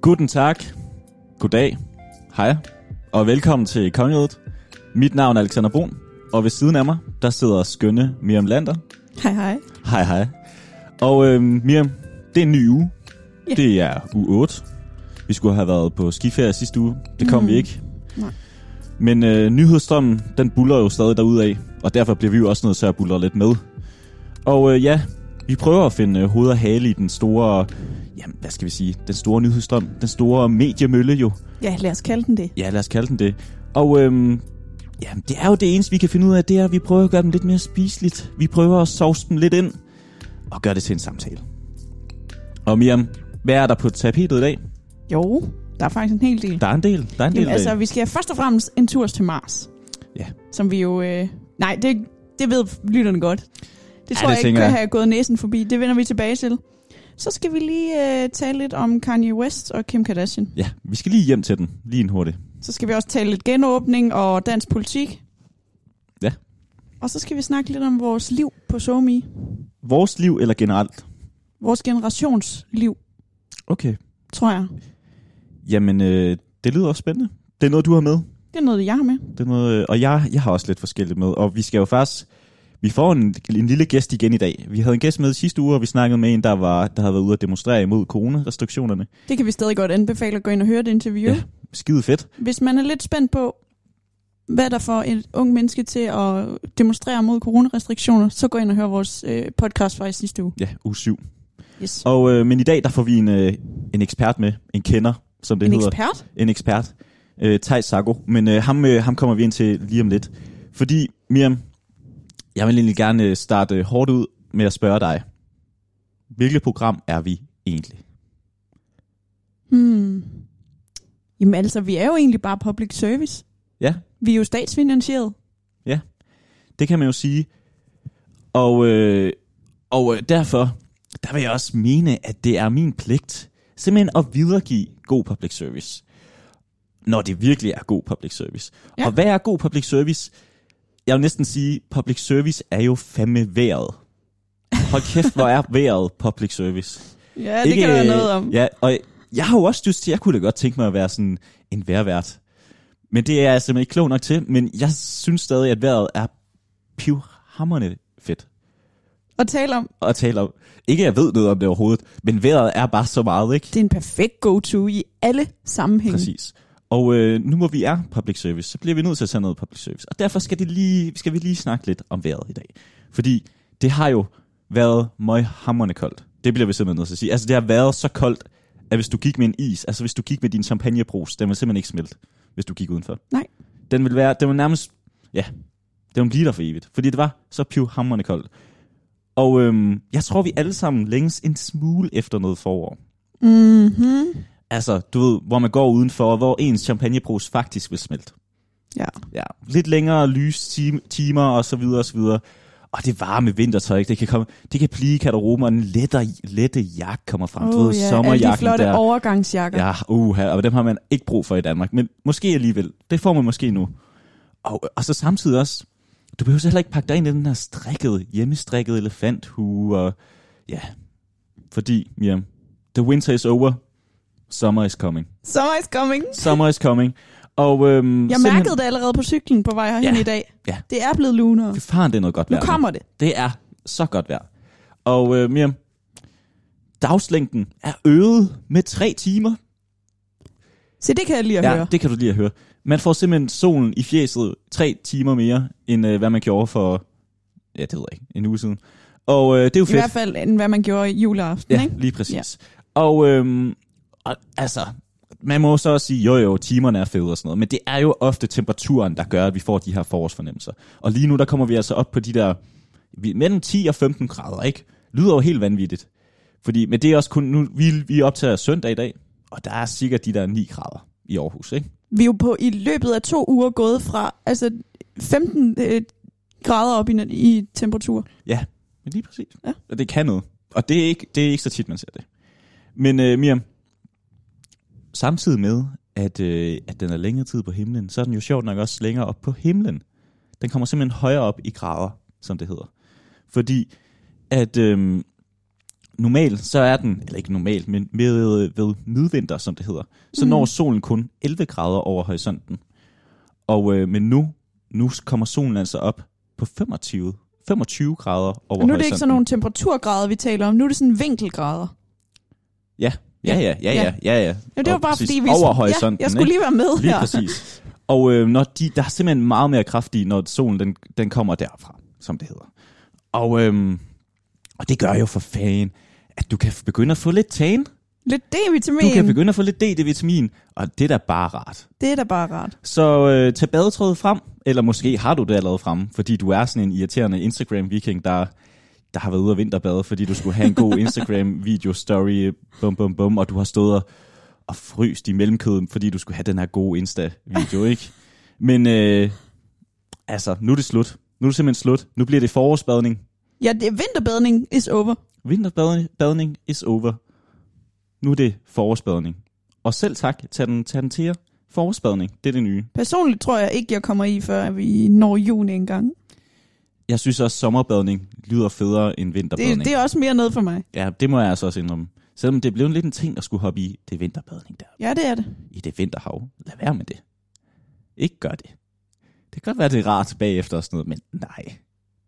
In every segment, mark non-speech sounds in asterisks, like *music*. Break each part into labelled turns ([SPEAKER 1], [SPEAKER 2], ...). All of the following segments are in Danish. [SPEAKER 1] Guten tak, goddag, hej og velkommen til Kongeriget. Mit navn er Alexander Brun, og ved siden af mig, der sidder skønne Miriam Lander.
[SPEAKER 2] Hej hej.
[SPEAKER 1] Hej hej. Og øhm, Miriam, det er en ny uge.
[SPEAKER 2] Ja.
[SPEAKER 1] Det er uge 8. Vi skulle have været på skiferie sidste uge. Det kom mm. vi ikke.
[SPEAKER 2] Nej.
[SPEAKER 1] Men øh, nyhedsstrømmen, den buller jo stadig derudad, og derfor bliver vi jo også nødt til at bullre lidt med. Og øh, ja, vi prøver at finde øh, hoved og hale i den store, jamen, hvad skal vi sige, den store nyhedsstrøm, den store mediemølle jo.
[SPEAKER 2] Ja, lad os kalde den det.
[SPEAKER 1] Ja, lad os kalde den det. Og øhm, jamen, det er jo det eneste, vi kan finde ud af, det er, at vi prøver at gøre dem lidt mere spiseligt. Vi prøver at sovse dem lidt ind og gøre det til en samtale. Og Miriam, hvad er der på tapetet i dag?
[SPEAKER 2] Jo, der er faktisk en hel del.
[SPEAKER 1] Der er en del. Der er en del
[SPEAKER 2] Jamen, altså,
[SPEAKER 1] i dag.
[SPEAKER 2] vi skal først og fremmest en tur til Mars.
[SPEAKER 1] Ja.
[SPEAKER 2] Som vi jo... Øh, nej, det, det ved lytterne godt. Det tror
[SPEAKER 1] det
[SPEAKER 2] jeg
[SPEAKER 1] tænker
[SPEAKER 2] ikke,
[SPEAKER 1] jeg.
[SPEAKER 2] kan have gået næsen forbi. Det vender vi tilbage til. Så skal vi lige øh, tale lidt om Kanye West og Kim Kardashian.
[SPEAKER 1] ja, vi skal lige hjem til den. Lige en hurtig.
[SPEAKER 2] Så skal vi også tale lidt genåbning og dansk politik.
[SPEAKER 1] Ja.
[SPEAKER 2] Og så skal vi snakke lidt om vores liv på SoMe.
[SPEAKER 1] Vores liv eller generelt?
[SPEAKER 2] Vores generations liv,
[SPEAKER 1] Okay.
[SPEAKER 2] tror jeg.
[SPEAKER 1] Jamen, øh, det lyder også spændende. Det er noget, du har med.
[SPEAKER 2] Det er noget, jeg har med.
[SPEAKER 1] Det er noget, øh, og jeg, jeg har også lidt forskelligt med. Og vi skal jo faktisk... Vi får en, en lille gæst igen i dag. Vi havde en gæst med sidste uge, og vi snakkede med en, der, var, der havde været ude at demonstrere imod coronarestriktionerne.
[SPEAKER 2] Det kan vi stadig godt anbefale at gå ind og høre det interview.
[SPEAKER 1] Ja. Skide fedt.
[SPEAKER 2] Hvis man er lidt spændt på, hvad der får et ung menneske til at demonstrere mod coronarestriktioner, så gå ind og hør vores øh, podcast fra i sidste uge.
[SPEAKER 1] Ja, uge 7.
[SPEAKER 2] Yes.
[SPEAKER 1] Og, øh, men i dag, der får vi en, øh, en ekspert med. En kender, som det
[SPEAKER 2] En
[SPEAKER 1] hedder.
[SPEAKER 2] ekspert?
[SPEAKER 1] en ekspert, øh, Thijs Sago, men øh, ham, øh, ham kommer vi ind til lige om lidt. Fordi, Miriam, jeg vil egentlig gerne øh, starte øh, hårdt ud med at spørge dig, hvilket program er vi egentlig?
[SPEAKER 2] Hmm. Jamen altså, vi er jo egentlig bare public service.
[SPEAKER 1] Ja,
[SPEAKER 2] Vi er jo statsfinansieret.
[SPEAKER 1] det kan man jo sige. Og, øh, og øh, derfor, der vil jeg også mene, at det er min pligt simpelthen at videregive god public service. Når det virkelig er god public service. Ja.
[SPEAKER 2] Ja.
[SPEAKER 1] Og hvad er god public service? Jeg vil næsten sige, public service er jo fandme vejret. Hold kæft, hvor er vejret public service.
[SPEAKER 2] Ja, det Ikke, kan der være noget om. Ja.
[SPEAKER 1] øh, Ja, og jeg har jo også lyst til, jeg kunne da godt tænke mig at være sådan en værvært. Men det er jeg simpelthen ikke klog nok til, men jeg synes stadig, at vejret er pivhammerne fedt
[SPEAKER 2] Og tale om,
[SPEAKER 1] at tale om. Ikke at jeg ved noget om det overhovedet, men vejret er bare så meget, ikke?
[SPEAKER 2] det er en perfekt go-to i alle sammenhænge.
[SPEAKER 1] Præcis. Og øh, nu hvor vi er public service, så bliver vi nødt til at tage noget public service. Og derfor skal, det lige, skal vi lige snakke lidt om vejret i dag. Fordi det har jo været møghamrende koldt. Det bliver vi simpelthen nødt til at sige. Altså det har været så koldt, at hvis du gik med en is, altså hvis du gik med din champagnebrus, den vil simpelthen ikke smelte, hvis du gik udenfor.
[SPEAKER 2] Nej.
[SPEAKER 1] Den vil være, den vil nærmest, ja, den vil blive der for evigt. Fordi det var så pivhamrende koldt. Og øhm, jeg tror, vi alle sammen længes en smule efter noget forår.
[SPEAKER 2] Mm-hmm.
[SPEAKER 1] Altså, du ved, hvor man går udenfor, og hvor ens champagnebrus faktisk vil smelte.
[SPEAKER 2] Ja.
[SPEAKER 1] Ja, lidt længere lys tim- timer og så videre og så videre. Og det varme vintertøj, det kan, komme, det kan blive i garderoben, og en lettere, lette jakke kommer frem. du ved,
[SPEAKER 2] alle de
[SPEAKER 1] sommerjakken
[SPEAKER 2] flotte
[SPEAKER 1] der.
[SPEAKER 2] overgangsjakker.
[SPEAKER 1] Ja, uha, og dem har man ikke brug for i Danmark, men måske alligevel. Det får man måske nu. Og, og så samtidig også, du behøver så heller ikke pakke dig ind i den her strikkede, hjemmestrikkede elefanthue, og ja, fordi, ja, the winter is over, summer is coming.
[SPEAKER 2] Summer is coming.
[SPEAKER 1] Summer is coming. Og øhm,
[SPEAKER 2] Jeg
[SPEAKER 1] simpelthen-
[SPEAKER 2] mærkede det allerede på cyklen på vej herhen
[SPEAKER 1] Ja.
[SPEAKER 2] i dag.
[SPEAKER 1] Ja.
[SPEAKER 2] Det er blevet lunere.
[SPEAKER 1] Fy faren, det er noget godt
[SPEAKER 2] Nu
[SPEAKER 1] vejr.
[SPEAKER 2] kommer det.
[SPEAKER 1] Det er så godt vejr. Og øh, Miriam, dagslængden er øget med tre timer.
[SPEAKER 2] Se, det kan jeg lige at høre.
[SPEAKER 1] det kan du lige at høre. Man får simpelthen solen i fjeset tre timer mere, end øh, hvad man gjorde for, ja, det ved jeg ikke, en uge siden. Og øh, det er jo
[SPEAKER 2] I hvert
[SPEAKER 1] fedt.
[SPEAKER 2] fald, end hvad man gjorde i juleaften,
[SPEAKER 1] Ja,
[SPEAKER 2] ikke?
[SPEAKER 1] lige præcis. Ja. Og, øhm, og altså, man må så også sige, jo jo, timerne er fede og sådan noget, men det er jo ofte temperaturen, der gør, at vi får de her forårsfornemmelser. Og lige nu, der kommer vi altså op på de der, vi- mellem 10 og 15 grader, ikke? Lyder jo helt vanvittigt. Fordi, men det er også kun, nu, vi, vi optager søndag i dag, og der er cirka de der 9 grader i Aarhus, ikke?
[SPEAKER 2] Vi er jo på i løbet af to uger gået fra altså 15 øh, grader op i, i temperatur.
[SPEAKER 1] Ja, men lige præcis.
[SPEAKER 2] Ja.
[SPEAKER 1] Og det kan noget. Og det er ikke, det er ikke så tit, man ser det. Men øh, Miriam, samtidig med, at, øh, at den er længere tid på himlen, så er den jo sjovt nok også længere op på himlen. Den kommer simpelthen højere op i grader, som det hedder. Fordi at øh, normalt, så er den, eller ikke normalt, men ved, ved midvinter, som det hedder, så
[SPEAKER 2] Mm.
[SPEAKER 1] når solen kun 11 grader over horisonten. Og, øh, men nu, nu kommer solen altså op på 25, 25 grader over
[SPEAKER 2] Og
[SPEAKER 1] horisonten.
[SPEAKER 2] nu er det ikke sådan nogle temperaturgrader, vi taler om. Nu er det sådan vinkelgrader.
[SPEAKER 1] Ja, ja, ja, ja, ja. ja.
[SPEAKER 2] Ja, det var
[SPEAKER 1] Og
[SPEAKER 2] bare
[SPEAKER 1] præcis
[SPEAKER 2] fordi, vi...
[SPEAKER 1] Over
[SPEAKER 2] ja,
[SPEAKER 1] horisonten,
[SPEAKER 2] jeg skulle
[SPEAKER 1] ikke?
[SPEAKER 2] lige være med
[SPEAKER 1] Lige
[SPEAKER 2] her.
[SPEAKER 1] præcis. Og øh, når de, der er simpelthen meget mere kraft i, når solen den, den kommer derfra, som det hedder. Og, øh, og det gør jo for fanden, at du kan begynde at få lidt tan.
[SPEAKER 2] Lidt D-vitamin.
[SPEAKER 1] Du kan begynde at få lidt D-vitamin, og det er da bare rart.
[SPEAKER 2] Det er da bare rart.
[SPEAKER 1] Så øh, tag badetrådet frem, eller måske har du det allerede fremme, fordi du er sådan en irriterende Instagram-viking, der, der har været ude og vinterbade, fordi du skulle have en god Instagram-video-story, bum bum bum, og du har stået og, og fryst i mellemkøden, fordi du skulle have den her gode Insta-video, ikke? Men øh, altså, nu er det slut. Nu er det simpelthen slut. Nu bliver det forårsbadning.
[SPEAKER 2] Ja, det, vinterbadning is over.
[SPEAKER 1] Vinterbadning is over. Nu er det forårsbadning. Og selv tak, tag den, tag den til jer. Forårsbadning, det er det nye.
[SPEAKER 2] Personligt tror jeg ikke, jeg kommer i, før vi når juni engang.
[SPEAKER 1] Jeg synes også, at sommerbadning lyder federe end vinterbadning.
[SPEAKER 2] Det,
[SPEAKER 1] Det,
[SPEAKER 2] det er også mere noget for mig.
[SPEAKER 1] det... Ja, det må jeg altså også indrømme. Selvom det blev en lidt en ting at skulle hoppe i det vinterbadning der.
[SPEAKER 2] Ja, det er det.
[SPEAKER 1] I det vinterhav. Lad være med det. Ikke gør det. Det kan godt være, det er rart bagefter og sådan noget, men nej.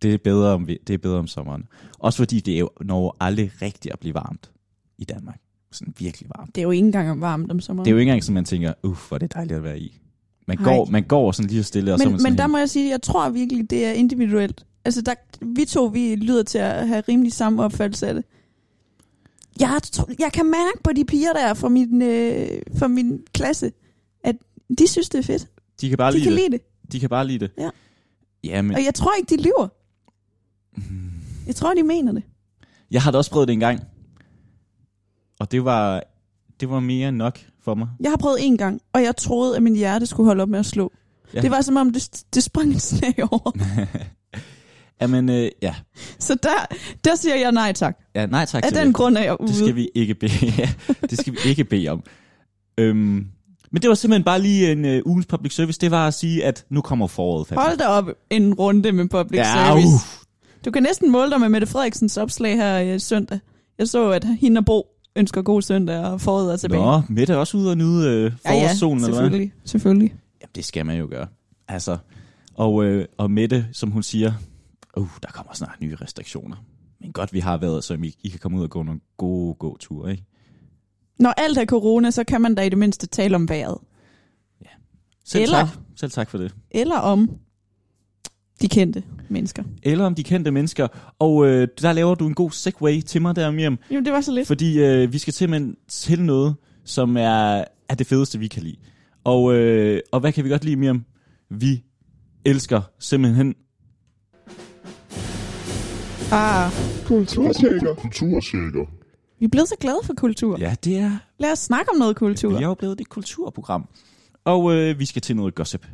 [SPEAKER 1] Det er bedre om, vi- det er bedre om sommeren. Også fordi det er jo når aldrig rigtigt at blive varmt i Danmark. Sådan virkelig varmt.
[SPEAKER 2] Det er jo ikke engang varmt om sommeren.
[SPEAKER 1] Det er jo ikke engang, som man tænker, uff, hvor er det dejligt at være i. Man
[SPEAKER 2] Nej.
[SPEAKER 1] går, man går sådan lige så stille, og så er man
[SPEAKER 2] men,
[SPEAKER 1] sådan
[SPEAKER 2] men der
[SPEAKER 1] helt-
[SPEAKER 2] må jeg sige, jeg tror virkelig, det er individuelt. Altså, der, vi to, vi lyder til at have rimelig samme opfattelse af det. Jeg, tror, jeg kan mærke på de piger, der er fra min, øh, fra min klasse, at de synes, det er fedt.
[SPEAKER 1] de kan bare
[SPEAKER 2] de
[SPEAKER 1] lide
[SPEAKER 2] kan
[SPEAKER 1] det.
[SPEAKER 2] lide det.
[SPEAKER 1] De kan bare lide det.
[SPEAKER 2] Ja.
[SPEAKER 1] ja men...
[SPEAKER 2] Og jeg tror ikke, de lyver. Jeg tror, de mener det.
[SPEAKER 1] Jeg har da også prøvet det en gang. Og det var, det var mere end nok for mig.
[SPEAKER 2] Jeg har prøvet en gang, og jeg troede, at min hjerte skulle holde op med at slå.
[SPEAKER 1] Ja.
[SPEAKER 2] Ja. Det var som om, det, det sprang en snag over.
[SPEAKER 1] Jamen, øh, ja.
[SPEAKER 2] Så der, der siger jeg nej tak.
[SPEAKER 1] ja. Nej tak
[SPEAKER 2] Af
[SPEAKER 1] til
[SPEAKER 2] den
[SPEAKER 1] det.
[SPEAKER 2] grund er jeg ude.
[SPEAKER 1] Det skal vi ikke bede, *laughs* ja, det skal vi ikke bede om. Øhm, men det var simpelthen bare lige en øh, ugens public service. Det var at sige, at nu kommer foråret fandme.
[SPEAKER 2] Hold da op en runde med public
[SPEAKER 1] Ja, uh,
[SPEAKER 2] service. Du kan næsten måle dig med Mette Frederiksens opslag her øh, søndag. Jeg så, at hende og Bo ønsker god søndag, og foråret er tilbage.
[SPEAKER 1] Nå, Mette er også ude og nyde øh, forårssolen, ja, ja, eller hvad?
[SPEAKER 2] selvfølgelig, selvfølgelig.
[SPEAKER 1] Jamen, det skal man jo gøre. Altså, og, øh, og Mette, som hun siger, uh, der kommer snart nye restriktioner. Men godt, vi har været, så I, I kan komme ud og gå nogle gode, gode ture, ikke?
[SPEAKER 2] Når alt er corona, så kan man da i det mindste tale om vejret.
[SPEAKER 1] Selv
[SPEAKER 2] Eller-
[SPEAKER 1] tak. Selv tak for det.
[SPEAKER 2] Eller om de kendte mennesker.
[SPEAKER 1] Eller om de kendte mennesker. Og øh, der laver du en god segue til mig der, Miriam.
[SPEAKER 2] Jamen, det var så lidt.
[SPEAKER 1] Fordi øh, vi skal simpelthen til noget, som er, er det fedeste, vi kan lide. Og, øh, og hvad kan vi godt lide, Miriam? Vi elsker simpelthen...
[SPEAKER 2] Ah,
[SPEAKER 3] Kulturtjekker. Kulturtjekker.
[SPEAKER 2] vi er blevet så glade for kultur. Ja.
[SPEAKER 1] Ja, det er...
[SPEAKER 2] Lad os snakke om noget kultur.
[SPEAKER 1] Vi er jo blevet et kulturprogram. Og øh, vi skal til noget gossip.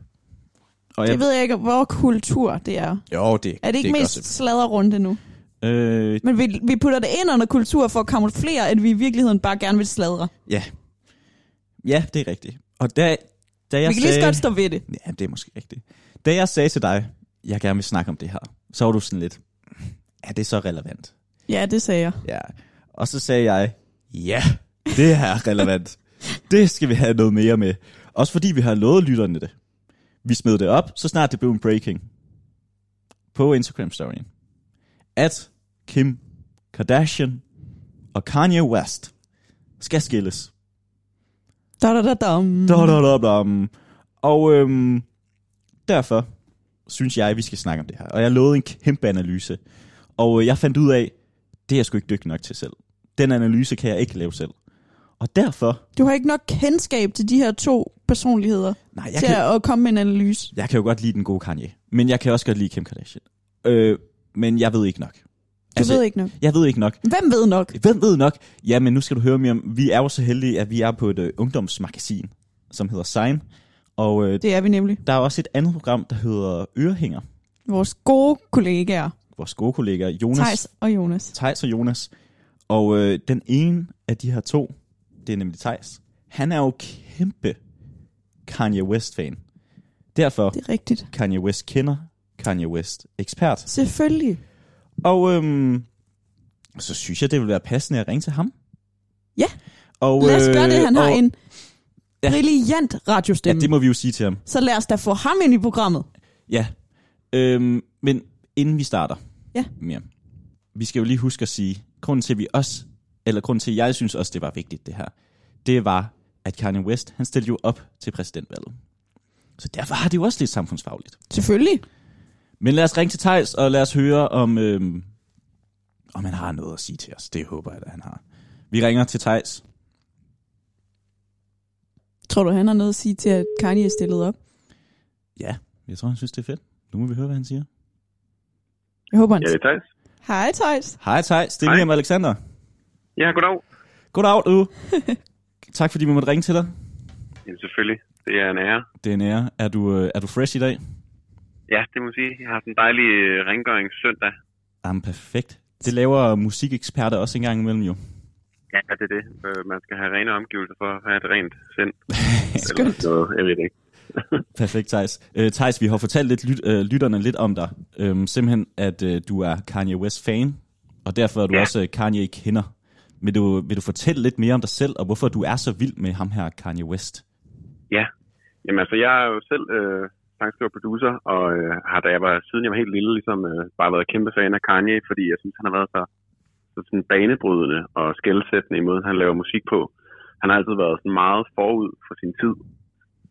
[SPEAKER 1] Og
[SPEAKER 2] Jeg ved ikke, hvor kultur det er.
[SPEAKER 1] Jo, det,
[SPEAKER 2] Er det ikke
[SPEAKER 1] det
[SPEAKER 2] det mest sladderrunde nu?
[SPEAKER 1] gossip. Øh,
[SPEAKER 2] Men vi, vi putter det ind under kultur for at kamuflere, at vi i virkeligheden bare gerne vil sladre.
[SPEAKER 1] ja. Ja, det er rigtigt. Og da, da jeg
[SPEAKER 2] vi kan lige så
[SPEAKER 1] sagde...
[SPEAKER 2] godt stå ved det.
[SPEAKER 1] Ja, det er måske rigtigt. Da jeg sagde til dig, jeg gerne vil snakke om det her, så var du sådan lidt, er det så relevant?
[SPEAKER 2] Ja, det sagde jeg.
[SPEAKER 1] Ja. Og så sagde jeg, ja, det her er relevant. det skal vi have noget mere med. Også fordi vi har lovet lytterne det. Vi smed det op, så snart det blev en breaking. På Instagram-storyen. At Kim Kardashian og Kanye West skal skilles.
[SPEAKER 2] Da, da, da, dam.
[SPEAKER 1] Da, da, da, da. Og øhm, derfor synes jeg, at vi skal snakke om det her. Og jeg lovede en kæmpe analyse. Og øh, jeg fandt ud af, det er jeg sgu ikke dygtig nok til selv. Den analyse kan jeg ikke lave selv. Og derfor...
[SPEAKER 2] Du har ikke nok kendskab til de her to personligheder
[SPEAKER 1] Nej,
[SPEAKER 2] jeg
[SPEAKER 1] jeg
[SPEAKER 2] til
[SPEAKER 1] kan,
[SPEAKER 2] kan... at komme med en analyse.
[SPEAKER 1] jeg kan jo godt lide den gode Kanye. Men jeg kan også godt lide Kim Kardashian. Øh, men jeg ved ikke nok.
[SPEAKER 2] Du altså... ved ikke nok.
[SPEAKER 1] Jeg ved ikke nok.
[SPEAKER 2] Hvem ved nok?
[SPEAKER 1] Hvem ved nok? Ja, men nu skal du høre mere om... Vi er jo så heldige, at vi er på et øh, ungdomsmagasin, som hedder Sign. Og øh,
[SPEAKER 2] Det er vi nemlig.
[SPEAKER 1] der er også et andet program, der hedder Ørehænger.
[SPEAKER 2] Vores gode kollegaer,
[SPEAKER 1] vores gode kollegaer, Jonas,
[SPEAKER 2] Thijs
[SPEAKER 1] Thijs,
[SPEAKER 2] og Jonas.
[SPEAKER 1] Thijs og Jonas. Og øh, den ene af de her to, det er nemlig Thijs, han er jo kæmpe Kanye West-fan. Derfor
[SPEAKER 2] Det er rigtigt.
[SPEAKER 1] Kanye West kender Kanye West ekspert.
[SPEAKER 2] Selvfølgelig.
[SPEAKER 1] Og øhm, så synes jeg, det vil være passende at ringe til ham.
[SPEAKER 2] Ja.
[SPEAKER 1] Og,
[SPEAKER 2] Lad os gøre det,
[SPEAKER 1] øh,
[SPEAKER 2] han har
[SPEAKER 1] og-
[SPEAKER 2] en
[SPEAKER 1] Ja.
[SPEAKER 2] brilliant
[SPEAKER 1] Ja,
[SPEAKER 2] radiostemme.
[SPEAKER 1] det må vi jo sige til ham.
[SPEAKER 2] Så lad os da få ham ind i programmet.
[SPEAKER 1] Ja. Øhm, men inden vi starter,
[SPEAKER 2] Ja.
[SPEAKER 1] Miriam, vi skal jo lige huske at sige, grunden til, at vi også, eller grunden til, at jeg synes også, det var vigtigt det her, det var, at Kanye West, han stillede jo op til præsidentvalget. Så derfor har det jo også lidt samfundsfagligt.
[SPEAKER 2] Selvfølgelig.
[SPEAKER 1] Men lad os ringe til Tejs og lad os høre, om, øhm, om han har noget at sige til os. Det håber jeg, at han har. Vi ringer til Tejs.
[SPEAKER 2] Tror du, han har noget at sige til, at Kanye er stillet op?
[SPEAKER 1] Ja, jeg tror, han synes, det er fedt. Nu må vi høre, hvad han siger.
[SPEAKER 2] Jeg håber, han...
[SPEAKER 4] Ja, det er Thijs.
[SPEAKER 2] Hej, Thijs.
[SPEAKER 1] Hej Tejs, det er
[SPEAKER 4] Hej.
[SPEAKER 1] William og Alexander.
[SPEAKER 4] Ja, goddag.
[SPEAKER 1] Goddag, du. tak fordi vi måtte ringe til dig.
[SPEAKER 4] Jamen selvfølgelig. Det er en ære.
[SPEAKER 1] Det er en ære. Er du, øh, er du fresh i dag?
[SPEAKER 4] Ja, det må jeg sige. Jeg har haft en dejlig øh, rengøringssøndag.
[SPEAKER 1] Jamen, perfekt. Det laver musikeksperter også en gang imellem jo.
[SPEAKER 4] Ja, det er det. Øh, man skal have rene omgivelser for at have et rent sind.
[SPEAKER 2] Skønt.
[SPEAKER 4] Eller noget, jeg ved det ikke.
[SPEAKER 1] Perfekt, Thijs. Øh, Thijs, vi har fortalt lidt lyt, øh, lytterne lidt om dig. Øhm, simpelthen, at øh, du er Kanye West-fan, og derfor er du ja.
[SPEAKER 4] Ja.
[SPEAKER 1] også øh, Kanye-kender. Vil du, vil du fortælle lidt mere om dig selv, og hvorfor du er så vild med ham her, Kanye West?
[SPEAKER 4] Ja. Jamen altså, jeg er jo selv øh, sangskriver producer, og øh, har da jeg var, siden jeg var helt lille, ligesom øh, bare været kæmpe fan af Kanye, fordi jeg synes, han har været så, så sådan banebrydende og skældsættende i måden, han laver musik på. Han har altid været sådan meget forud for sin tid,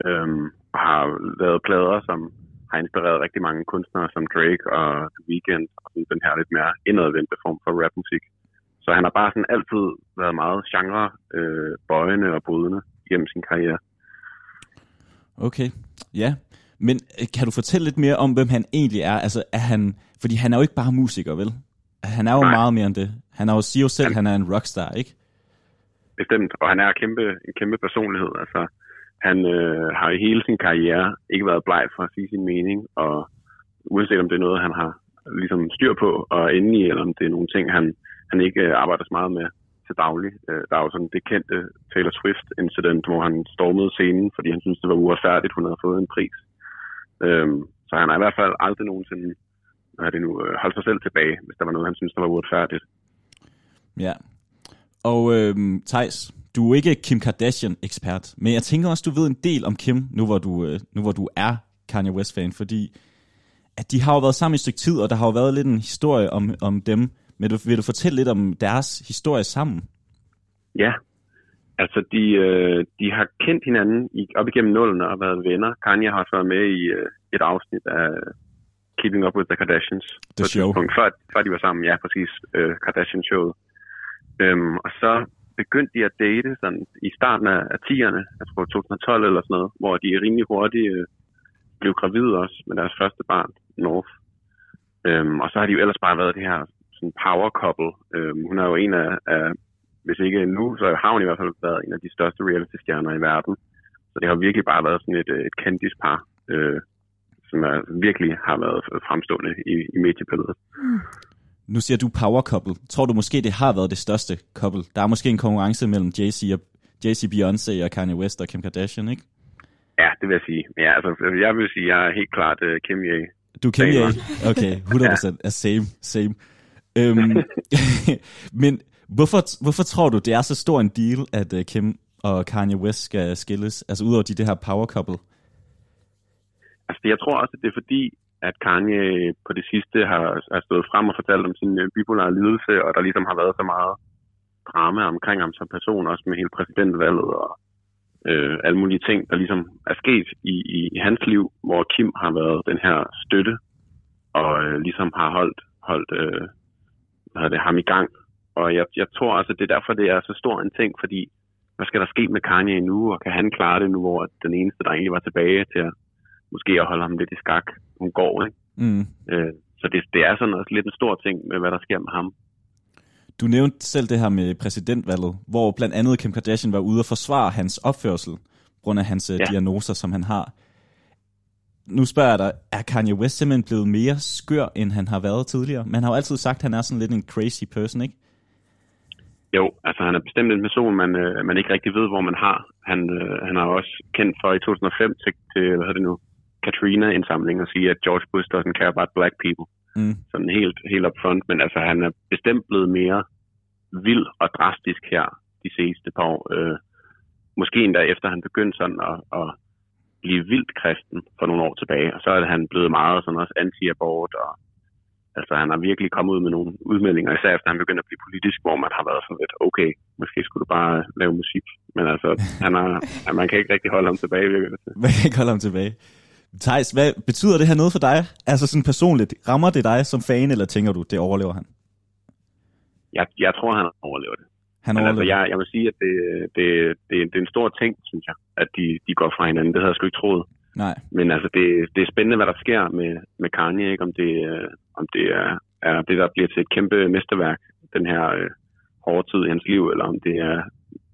[SPEAKER 4] øhm, og har lavet plader, som har inspireret rigtig mange kunstnere, som Drake og The Weeknd, og sådan den her lidt mere indadvendte form for rapmusik. Så han har bare sådan altid været meget genre, øh, bøjende og brydende gennem sin karriere.
[SPEAKER 1] Okay, ja. Men øh, kan du fortælle lidt mere om, hvem han egentlig er? Altså, er han... Fordi han er jo ikke bare musiker, vel? Han er jo Nej.
[SPEAKER 4] Nej.
[SPEAKER 1] meget mere end det. Han er jo, siger jo selv, at han er en rockstar, ikke?
[SPEAKER 4] Bestemt, og han er kæmpe, en kæmpe personlighed. Altså, han øh, har i hele sin karriere ikke været bleg for at sige sin mening, og uanset om det er noget, han har ligesom styr på og er inde i, eller om det er nogle ting, han, han ikke øh, arbejder så meget med til daglig. Øh, der er jo sådan det kendte Taylor Swift-incident, hvor han stormede scenen, fordi han syntes, det var uretfærdigt, hun havde fået en pris. Øhm, så han har i hvert fald aldrig nogensinde hvad er det nu, øh, holdt sig selv tilbage, hvis der var noget, han syntes, der var uretfærdigt.
[SPEAKER 1] Ja. Og øhm, Thijs, du er ikke Kim Kardashian-ekspert, men jeg tænker også, du ved en del om Kim, nu hvor du, øh, nu hvor du er Kanye West-fan, fordi at de har jo været sammen i et stykke tid, og der har jo været lidt en historie om, om dem. Men du, vil du fortælle lidt om deres historie sammen?
[SPEAKER 4] Ja. Altså, de, øh, de har kendt hinanden i, op igennem nullerne og været venner. Kanye har også været med i øh, et afsnit af øh, Keeping Up With The Kardashians. på et
[SPEAKER 1] show.
[SPEAKER 4] tidspunkt, Før, før de var sammen, ja, præcis. Øh, Kardashian-showet. Øhm, og så begyndte de at date sådan, i starten af, af 10'erne, jeg tror 2012 eller sådan noget, hvor de rimelig hurtigt øh, blev gravide også med deres første barn, North. Øhm, og så har de jo ellers bare været det her sådan power couple. Øhm, hun er jo en af, af hvis ikke nu, så har hun i hvert fald været en af de største reality-stjerner i verden. Så det har virkelig bare været sådan et, øh, et kendispar, øh, som er, virkelig har været fremstående i, i mediebilledet.
[SPEAKER 1] Nu siger du power couple. Tror du måske, det har været det største couple? Der er måske en konkurrence mellem Jay-Z og Jay-Z Beyoncé og Kanye West og Kim Kardashian, ikke?
[SPEAKER 4] Ja, det vil jeg sige. Ja, altså, jeg vil sige, at jeg er helt klart øh, Kim Ye.
[SPEAKER 1] Du kan
[SPEAKER 4] Damer.
[SPEAKER 1] ikke. *laughs* Okay, 100% er same, same. Øhm, *laughs* men hvorfor, hvorfor tror du, det er så stor en deal, at øh, Kim og Kanye West skal skilles? Altså udover de det her power couple.
[SPEAKER 4] Altså, jeg tror også, at det er fordi, at Kanye på det sidste har, har stået frem og fortalt om sin øh, bipolare lidelse, og der ligesom har været så meget drama omkring ham som person, også med hele præsidentvalget og øh, alle mulige ting, der ligesom er sket i, i, i hans liv, hvor Kim har været den her støtte, og øh, ligesom har holdt, holdt øh, hvad hedder det, ham i gang. Og jeg, jeg tror altså, det er derfor, det er så stor en ting, fordi hvad skal der ske med Kanye nu, og kan han klare det nu, hvor den eneste, der egentlig var tilbage til at måske at holde ham lidt i skak. Hun går, ikke?
[SPEAKER 1] Mm.
[SPEAKER 4] Øh, så det, det er sådan også lidt en stor ting med, hvad der sker med ham.
[SPEAKER 1] Du nævnte selv det her med præsidentvalget, hvor blandt andet Kim Kardashian var ude og forsvare hans opførsel, på grund af hans ja.
[SPEAKER 4] Ja.
[SPEAKER 1] diagnoser, som han har. Nu spørger jeg dig, er Kanye West simpelthen blevet mere skør, end han har været tidligere? Man har jo altid sagt, at han er sådan lidt en crazy person, ikke?
[SPEAKER 4] Jo, altså han er bestemt en person, man, øh, man ikke rigtig ved, hvor man har. Han, øh, han er jo også kendt for i 2005 til, til hvad hedder det nu, Katrina-indsamlingen og sige, at George Bush doesn't care about black people.
[SPEAKER 1] Mm.
[SPEAKER 4] Sådan helt, helt upfront, men altså han er bestemt blevet mere vild og drastisk her de seneste par år. Øh, måske endda efter han begyndte sådan at, at blive vildt kristen for nogle år tilbage. Og så er han blevet meget sådan også anti-abort. Og, altså han har virkelig kommet ud med nogle udmeldinger, især efter han begyndte at blive politisk, hvor man har været sådan lidt, okay, måske skulle du bare lave musik. Men
[SPEAKER 1] *laughs*
[SPEAKER 4] altså, han er, man kan ikke rigtig holde ham tilbage, virker det til.
[SPEAKER 1] Hvad kan holde ham tilbage? Thijs, hvad betyder det her noget for dig? Altså sådan personligt, rammer det dig som fan, eller tænker du, det overlever han?
[SPEAKER 4] Jeg, jeg tror, han overlever det.
[SPEAKER 1] Han
[SPEAKER 4] Men altså,
[SPEAKER 1] overlever.
[SPEAKER 4] jeg, jeg vil sige, at det, det, det, det er en stor ting, synes jeg, at de, de går fra hinanden. Det havde jeg sgu ikke troet.
[SPEAKER 1] Nej.
[SPEAKER 4] Men altså, det, det er spændende, hvad der sker med, med Kanye, ikke? om det, øh, om det er, er det, der bliver til et kæmpe mesterværk, den her øh, hårde tid i hans liv, eller om det er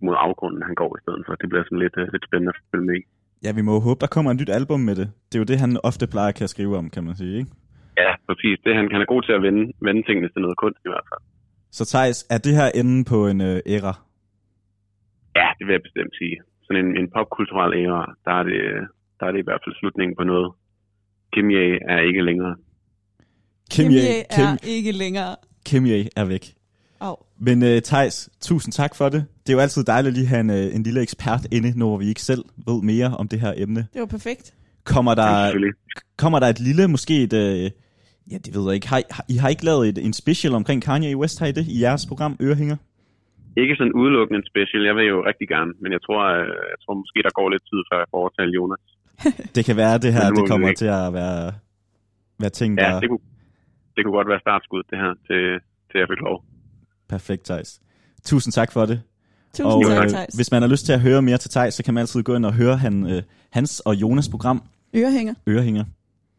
[SPEAKER 4] mod afgrunden, han går i stedet for. Det bliver sådan lidt, øh, lidt spændende at følge med i.
[SPEAKER 1] Ja, vi må jo håbe, der kommer et nyt album med det. Det er jo det, han ofte plejer at kan skrive om, kan man sige, ikke?
[SPEAKER 4] Ja, præcis. Det, han, han er god til at vende, vende tingene til noget kunst i hvert fald.
[SPEAKER 1] Så Thijs, er det her enden på en øh, æra?
[SPEAKER 4] Ja, det vil jeg bestemt sige. Sådan en, en popkulturel æra, der er, det, der er det i hvert fald slutningen på noget. Kim Ye er ikke længere.
[SPEAKER 1] Kim,
[SPEAKER 2] Kimye
[SPEAKER 1] Ye-
[SPEAKER 2] er
[SPEAKER 1] Kim,
[SPEAKER 2] ikke længere...
[SPEAKER 1] Kim Ye er væk.
[SPEAKER 2] Au.
[SPEAKER 1] Men øh, Thijs, tusind tak for det. Det er jo altid dejligt lige at have en, øh, en lille ekspert inde, når vi ikke selv ved mere om det her emne.
[SPEAKER 2] Det var perfekt.
[SPEAKER 1] Kommer
[SPEAKER 4] Ja,
[SPEAKER 1] der,
[SPEAKER 4] selvfølgelig.
[SPEAKER 1] kommer der et lille, måske et... Øh, ja, det ved jeg ikke. Har, I- har, I har ikke lavet et, en special omkring Kanye West, har I det, i jeres program Ørehænger?
[SPEAKER 4] Ikke sådan udelukkende en special. Jeg vil jo rigtig gerne, men jeg tror, øh, jeg tror måske, der går lidt tid, før jeg får overtalt Jonas.
[SPEAKER 1] Det kan være, at det her
[SPEAKER 4] Men nu må
[SPEAKER 1] det
[SPEAKER 4] vi
[SPEAKER 1] kommer
[SPEAKER 4] ikke.
[SPEAKER 1] til at være, være ting,
[SPEAKER 4] Ja,
[SPEAKER 1] der...
[SPEAKER 4] det kunne, det kunne godt være startskud, det her, til, til jeg fik lov.
[SPEAKER 1] Perfekt, Thijs. Tusind tak for det.
[SPEAKER 2] Tusind
[SPEAKER 4] Jo,
[SPEAKER 2] og, tak,
[SPEAKER 1] øh,
[SPEAKER 2] Thijs.
[SPEAKER 1] hvis man har lyst til at høre mere til Thijs, så kan man altid gå ind og høre han, øh, hans og Jonas program
[SPEAKER 2] Ørehænger.
[SPEAKER 1] Ørehænger.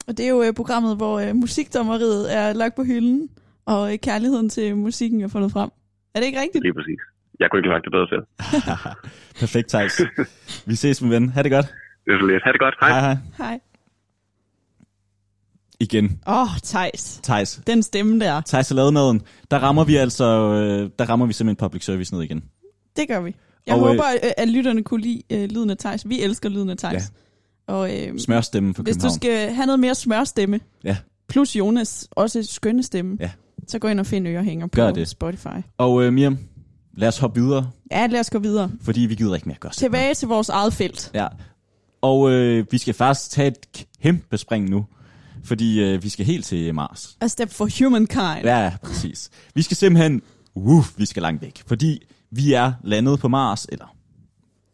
[SPEAKER 2] Og det er jo øh, programmet, hvor øh, musikdommeriet er lagt på hylden, og øh, kærligheden til musikken er fundet frem. Er det ikke rigtigt?
[SPEAKER 4] Lige præcis. Jeg kunne ikke have sagt det bedre selv.
[SPEAKER 1] Perfekt,
[SPEAKER 4] *laughs*
[SPEAKER 1] Thijs. Vi ses, min ven. Ha' det godt.
[SPEAKER 4] Det er så lidt. Ha' det godt. Hej.
[SPEAKER 1] Hej, hej.
[SPEAKER 2] Hej.
[SPEAKER 1] Igen,
[SPEAKER 2] Åh, oh, Thijs.
[SPEAKER 1] Thijs.
[SPEAKER 2] Den stemme der.
[SPEAKER 1] Thijs har lavet maden. Der rammer vi altså, øh, der rammer vi simpelthen public service ned igen.
[SPEAKER 2] Det gør vi. Jeg
[SPEAKER 1] Og,
[SPEAKER 2] og,
[SPEAKER 1] øh,
[SPEAKER 2] håber, øh, at lytterne kunne lide øh, lyden af Thijs. Vi elsker lyden af Thijs. Ja. Og øh,
[SPEAKER 1] Smørstemmen for
[SPEAKER 2] hvis du
[SPEAKER 1] København.
[SPEAKER 2] skal have noget mere smørstemme,
[SPEAKER 1] Ja.
[SPEAKER 2] plus Jonas også skønne stemme,
[SPEAKER 1] Ja.
[SPEAKER 2] så gå ind og find ørehænger på
[SPEAKER 1] Gør det.
[SPEAKER 2] Spotify.
[SPEAKER 1] Og øh, Miriam, lad os hoppe videre,
[SPEAKER 2] Ja, lad os gå videre.
[SPEAKER 1] fordi vi gider ikke mere gøre sådan
[SPEAKER 2] Tilbage til vores eget felt.
[SPEAKER 1] noget. Ja. Og øh, vi skal faktisk tage et kæmpe spring nu, fordi øh, vi skal helt til Mars.
[SPEAKER 2] A step for humankind.
[SPEAKER 1] Ja, præcis. Vi skal simpelthen, uff, vi skal langt væk, fordi vi er landet på Mars, eller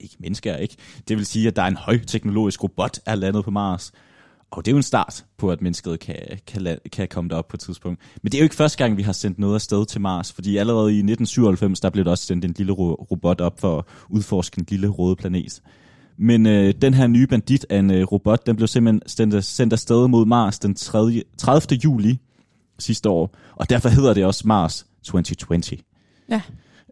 [SPEAKER 1] ikke mennesker, ikke? Det vil sige, at der er en højteknologisk robot, der er landet på Mars. Og det er jo en start på, at mennesket kan, kan, la- kan komme derop på et tidspunkt. Men det er jo ikke første gang, vi har sendt noget afsted til Mars, fordi allerede i 1997, der blev der også sendt en lille ro- robot op for at udforske en lille røde planet. Men øh, den her nye bandit af en øh, robot, den blev simpelthen sendt, sendt afsted mod Mars den 3, 30. juli sidste år, og derfor hedder det også Mars 2020,
[SPEAKER 2] ja.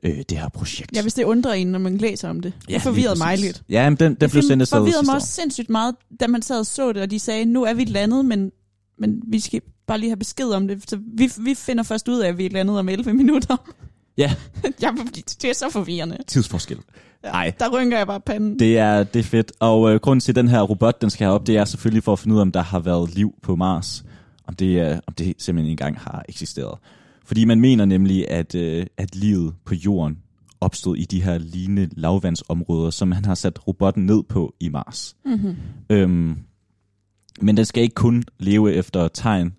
[SPEAKER 1] øh, det her projekt.
[SPEAKER 2] Ja, hvis det undrer en, når man læser om det. Ja, det forvirrede
[SPEAKER 1] lige
[SPEAKER 2] mig
[SPEAKER 1] præcis.
[SPEAKER 2] lidt.
[SPEAKER 1] Ja, men den, den blev sendt
[SPEAKER 2] det
[SPEAKER 1] afsted
[SPEAKER 2] forvirrede
[SPEAKER 1] sidste
[SPEAKER 2] mig
[SPEAKER 1] år.
[SPEAKER 2] også sindssygt meget, da man sad og så det, og de sagde, nu er vi landet, men, men vi skal bare lige have besked om det. Så vi, vi finder først ud af, at vi er landet om 11 minutter. *laughs*
[SPEAKER 1] Ja,
[SPEAKER 2] Jeg, det er så forvirrende.
[SPEAKER 1] tidsforskel. Nej,
[SPEAKER 2] Der rynker jeg bare panden. Det.
[SPEAKER 1] det er, det er fedt. Og øh, grunden til, at den her robot, den skal have op, det er selvfølgelig for at finde ud af, om der har været liv på Mars. Om det, øh, om det simpelthen engang har eksisteret. Fordi man mener nemlig, at, øh, at livet på jorden opstod i de her lignende lavvandsområder, som man har sat robotten ned på i Mars.
[SPEAKER 2] Mm-hmm.
[SPEAKER 1] Øhm, men den skal ikke kun leve efter tegn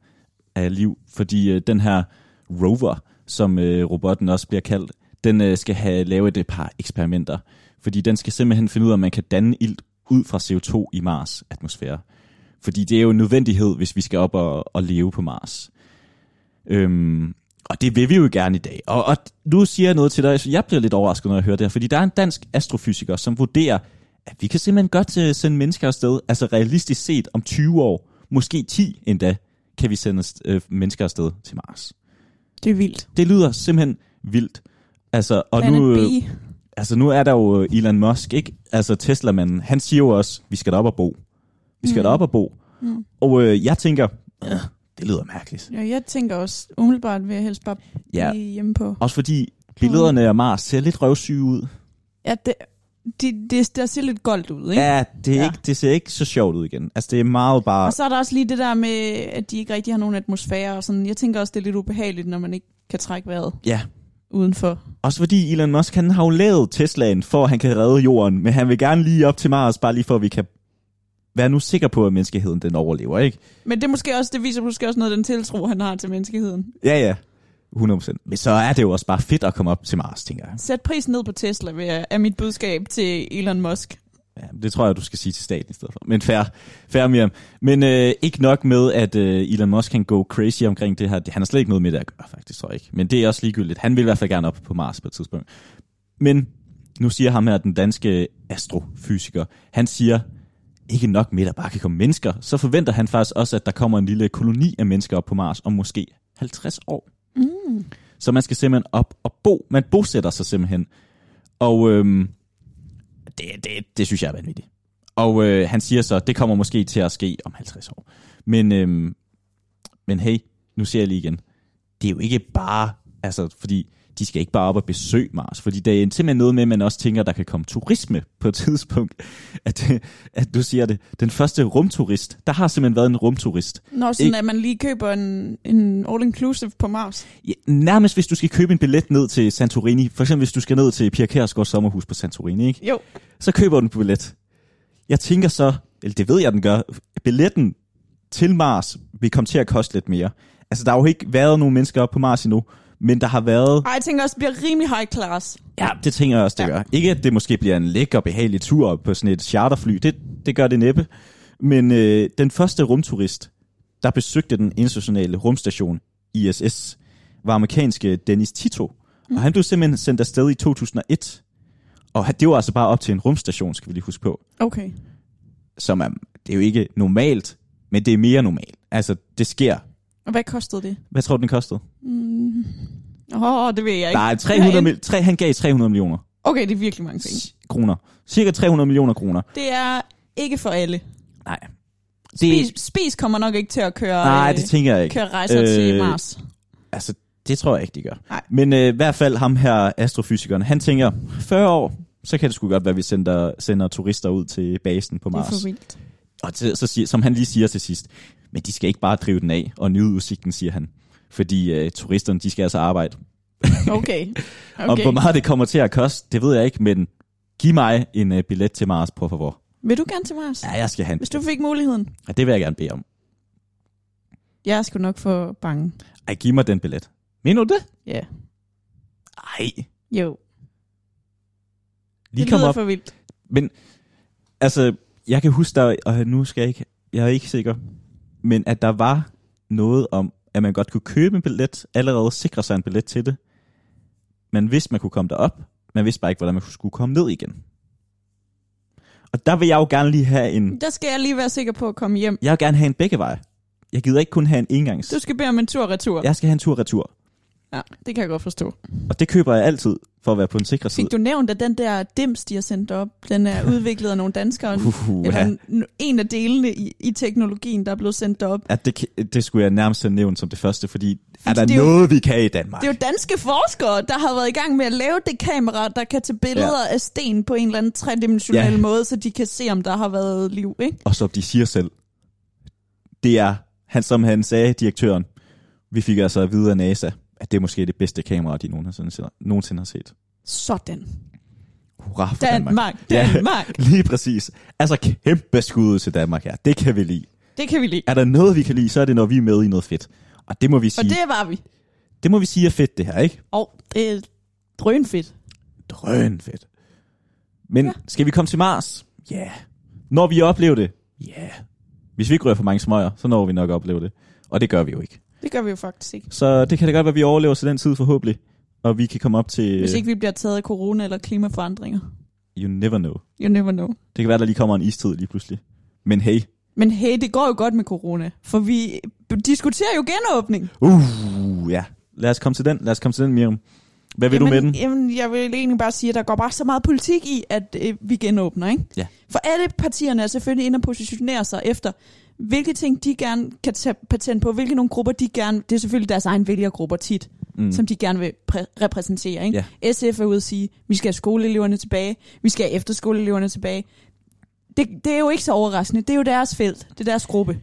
[SPEAKER 1] af liv, fordi øh, den her rover, som øh, robotten også bliver kaldt, den øh, skal have lavet et par eksperimenter. Fordi den skal simpelthen finde ud af, om man kan danne ilt ud fra CO2 i Mars atmosfære. Fordi det er jo en nødvendighed, hvis vi skal op og, og leve på Mars. Øhm, og det vil vi jo gerne i dag. Og, og nu siger jeg noget til dig, så jeg bliver lidt overrasket, når jeg hører det her, fordi der er en dansk astrofysiker, som vurderer, at vi kan simpelthen godt øh, sende mennesker afsted, altså realistisk set om 20 år, måske 10 endda, kan vi sende øh, mennesker afsted til Mars.
[SPEAKER 2] Det er vildt.
[SPEAKER 1] Det lyder simpelthen vildt. Altså, og
[SPEAKER 2] Planet
[SPEAKER 1] nu,
[SPEAKER 2] B.
[SPEAKER 1] øh, altså, nu er der jo øh, Elon Musk, ikke? Altså Tesla-manden, han siger jo også, vi skal derop og bo. Vi skal mm. derop og bo. Mm. Og øh, jeg tænker, øh, det lyder mærkeligt.
[SPEAKER 2] Ja, jeg tænker også, umiddelbart vil jeg helst bare
[SPEAKER 1] Ja.
[SPEAKER 2] ja. blive hjemme på.
[SPEAKER 1] Også fordi billederne af Mars ser lidt røvsyge ud.
[SPEAKER 2] Mm. Ja, det, det, det, der ser lidt goldt ud, ikke?
[SPEAKER 1] Ja, det, er
[SPEAKER 2] Ja.
[SPEAKER 1] ja. Ikke, det ser ikke så sjovt ud igen. Altså, det er meget bare...
[SPEAKER 2] Og så er der også lige det der med, at de ikke rigtig har nogen atmosfære og sådan. Jeg tænker også, det er lidt ubehageligt, når man ikke kan trække vejret
[SPEAKER 1] Ja,
[SPEAKER 2] udenfor.
[SPEAKER 1] Også fordi Elon Musk, han har jo lavet Teslaen, for at han kan redde jorden, men han vil gerne lige op til Mars, bare lige for at vi kan være nu sikre på, at menneskeheden den overlever, ikke?
[SPEAKER 2] Men det, er måske også, det viser måske også noget af den tiltro, han har til menneskeheden.
[SPEAKER 1] Ja, ja. 100%. Men så er det jo også bare fedt at komme op til Mars, tænker jeg.
[SPEAKER 2] Sæt prisen ned på Tesla, vil jeg- er mit budskab til Elon Musk.
[SPEAKER 1] Ja, men det tror jeg, du skal sige til staten i stedet for. Men fair, fair Miriam. Men øh, ikke nok med, at øh, Elon Musk kan gå crazy omkring det her. Det- Han har slet ikke noget med det at gøre, faktisk, tror jeg ikke. Men det er også ligegyldigt. Han vil i hvert fald gerne op på Mars på et tidspunkt. Men nu siger ham her, den danske astrofysiker, han siger, ikke nok med, at der bare kan komme mennesker, så forventer han faktisk også, at der kommer en lille koloni af mennesker op på Mars om måske 50 år.
[SPEAKER 2] Mm.
[SPEAKER 1] Så man skal simpelthen op og bo. Man bosætter sig simpelthen. Og øhm, det, det, det synes jeg er vanvittigt. Og øh, han siger så, det kommer måske til at ske om 50 år. Men, øhm, men hey, nu ser jeg lige igen. Det er jo ikke bare, altså fordi de skal ikke bare op og besøge Mars, fordi det er simpelthen noget med, at man også tænker, der kan komme turisme på et *laughs* tidspunkt. At, at du siger det, den første rumturist, der har simpelthen været en rumturist.
[SPEAKER 2] Når sådan,
[SPEAKER 1] Ikke-
[SPEAKER 2] at man lige køber en, en all-inclusive på Mars.
[SPEAKER 1] Ja, nærmest hvis du skal købe en billet ned til Santorini, for eksempel hvis du skal ned til Pia Kærsgaards sommerhus på Santorini, ikke?
[SPEAKER 2] Jo,
[SPEAKER 1] så køber du en billet. Jeg tænker så, eller det ved jeg, den gør, billetten til Mars vil komme til at koste lidt mere. Altså, der har jo ikke været nogen mennesker oppe på Mars endnu, men der har været...
[SPEAKER 2] Ej, jeg tænker også, det bliver rimelig high class.
[SPEAKER 1] Ja, det tænker jeg også, det
[SPEAKER 2] Ja.
[SPEAKER 1] ja. gør. Ikke, at det måske bliver en lækker, behagelig tur på sådan et charterfly. Det, det gør det næppe. Men øh, den første rumturist, der besøgte den internationale rumstation ISS, var amerikanske Dennis Tito. Og han blev simpelthen sendt afsted i 2001. Og han- det var altså bare op til en rumstation, skal vi lige huske på
[SPEAKER 2] Okay.
[SPEAKER 1] som er, det er jo ikke normalt, men det er mere normalt. Altså, det sker.
[SPEAKER 2] Og hvad kostede det?
[SPEAKER 1] Hvad tror du, den kostede?
[SPEAKER 2] Åh, oh, det ved jeg ikke.
[SPEAKER 1] Der er 300
[SPEAKER 2] Herinde-
[SPEAKER 1] mil- tre, han gav 300 millioner
[SPEAKER 2] Okay, det er virkelig mange penge.
[SPEAKER 1] s- kroner. Cirka 300 millioner kroner.
[SPEAKER 2] Det er ikke for alle.
[SPEAKER 1] Nej.
[SPEAKER 2] Spis, spis kommer nok ikke til at køre,
[SPEAKER 1] nej,
[SPEAKER 2] øh,
[SPEAKER 1] det tænker jeg ikke.
[SPEAKER 2] køre rejser øh, til Mars.
[SPEAKER 1] Altså, det tror jeg ikke, de gør.
[SPEAKER 2] Nej.
[SPEAKER 1] Men øh, i hvert fald ham her, astrofysikeren, han tænker, 40 år, så kan det sgu godt være, at vi sender, sender turister ud til basen på
[SPEAKER 2] Det
[SPEAKER 1] Mars.
[SPEAKER 2] er for
[SPEAKER 1] *laughs*
[SPEAKER 2] vildt.
[SPEAKER 1] Og til, så siger, som han lige siger til sidst, men de skal ikke bare drive den af og nyde udsigten, siger han. Fordi øh, turisterne, de skal altså arbejde.
[SPEAKER 2] Okay.
[SPEAKER 1] Okay. Og
[SPEAKER 2] okay.
[SPEAKER 1] hvor meget det kommer til at koste, det ved jeg ikke, men giv mig en uh, billet til Mars, på favor.
[SPEAKER 2] Vil du gerne til Mars?
[SPEAKER 1] Ja, jeg skal have en.
[SPEAKER 2] Hvis du fik muligheden.
[SPEAKER 1] Ja, det vil jeg gerne bede om.
[SPEAKER 2] Jeg er sgu nok for bange.
[SPEAKER 1] Ej, giv mig den billet. Mener du det?
[SPEAKER 2] Ja.
[SPEAKER 1] Ej,
[SPEAKER 2] Jo.
[SPEAKER 1] lige
[SPEAKER 2] det
[SPEAKER 1] kom
[SPEAKER 2] lyder
[SPEAKER 1] op.
[SPEAKER 2] for vildt.
[SPEAKER 1] Men altså, jeg kan huske der, og nu skal jeg ikke, jeg er ikke sikker, men at der var noget om, at man godt kunne købe en billet, allerede sikre sig en billet til det. Man vidste, man kunne komme derop, man vidste bare ikke, hvordan man skulle komme ned igen. Og der vil jeg jo gerne lige have en
[SPEAKER 2] Der skal jeg lige være sikker på at komme hjem.
[SPEAKER 1] Jeg vil gerne have en begge veje. Jeg gider ikke kun have en engangs.
[SPEAKER 2] Du skal bede om en tur-retur.
[SPEAKER 1] Jeg skal have en tur-retur.
[SPEAKER 2] ja, det kan jeg godt forstå.
[SPEAKER 1] Og det køber jeg altid, for at være på den sikre side.
[SPEAKER 2] Fik du nævnt, at den der dims, de har sendt op,
[SPEAKER 1] *laughs*
[SPEAKER 2] den er udviklet af nogle danskere?
[SPEAKER 1] Uhuha.
[SPEAKER 2] Eller n- en af delene i, i teknologien, der er blevet sendt op.
[SPEAKER 1] At det, det skulle jeg nærmest have nævnt som det første, fordi er der
[SPEAKER 2] det er jo-
[SPEAKER 1] noget, vi kan i Danmark?
[SPEAKER 2] Det er jo danske forskere, der har været i gang med at lave det kamera, der kan tage billeder ja. af sten på en eller anden tredimensionel ja.
[SPEAKER 1] Ja.
[SPEAKER 2] måde, så de kan se, om der har været liv, ikke?
[SPEAKER 1] Og som de siger selv, det er, han, som han sagde, direktøren, vi fik altså at vide af NASA, at det er måske det bedste kamera, de nogensinde, nogensinde har set.
[SPEAKER 2] Sådan.
[SPEAKER 1] Hurra for Danmark.
[SPEAKER 2] Danmark, Danmark. Ja.
[SPEAKER 1] Ja, lige præcis. Altså kæmpe skud ud til Danmark her. Det kan vi lide.
[SPEAKER 2] Det kan vi lide.
[SPEAKER 1] Er der noget, vi kan lide, så er det, når vi er med i noget fedt. Og det må vi
[SPEAKER 2] Og
[SPEAKER 1] sige, det...
[SPEAKER 2] det var vi.
[SPEAKER 1] det må vi sige er fedt, det her, ikke?
[SPEAKER 2] Og det er drønfedt.
[SPEAKER 1] drøn fedt. Men
[SPEAKER 2] Ja.
[SPEAKER 1] ja. skal vi komme til Mars? Ja. Yeah. Når vi oplever det? Ja. Yeah. Hvis vi ikke rører for mange smøger, så når vi nok at opleve det. Og det gør vi jo ikke.
[SPEAKER 2] Det gør vi jo faktisk ikke.
[SPEAKER 1] Så det kan da godt være, at vi overlever til den tid forhåbentlig. Og vi kan komme op til...
[SPEAKER 2] Hvis ikke vi bliver taget af corona eller klimaforandringer.
[SPEAKER 1] You never know.
[SPEAKER 2] You never know.
[SPEAKER 1] Det kan være, der lige kommer en istid lige pludselig. Men hey.
[SPEAKER 2] Men hey, det går jo godt med corona, for vi diskuterer jo genåbning.
[SPEAKER 1] Uh, ja. Lad os komme til den. Lad os komme til den, Miriam. Hvad vil
[SPEAKER 2] jamen,
[SPEAKER 1] du med den?
[SPEAKER 2] Jamen, jeg vil egentlig bare sige, at der går bare så meget politik i, at øh, vi genåbner, ikke?
[SPEAKER 1] Ja.
[SPEAKER 2] For alle partierne er selvfølgelig inde og positionere sig efter, hvilke ting de gerne kan tage patent på, hvilke nogle grupper de gerne... Det er selvfølgelig deres egen vælgergrupper tit, mm. som de gerne vil præ- repræsentere, ikke? Ja. SF er ude at sige, vi skal have skoleeleverne tilbage, vi skal have efterskoleeleverne tilbage. Det, det er jo ikke så overraskende. Det er jo deres felt. Det er deres gruppe.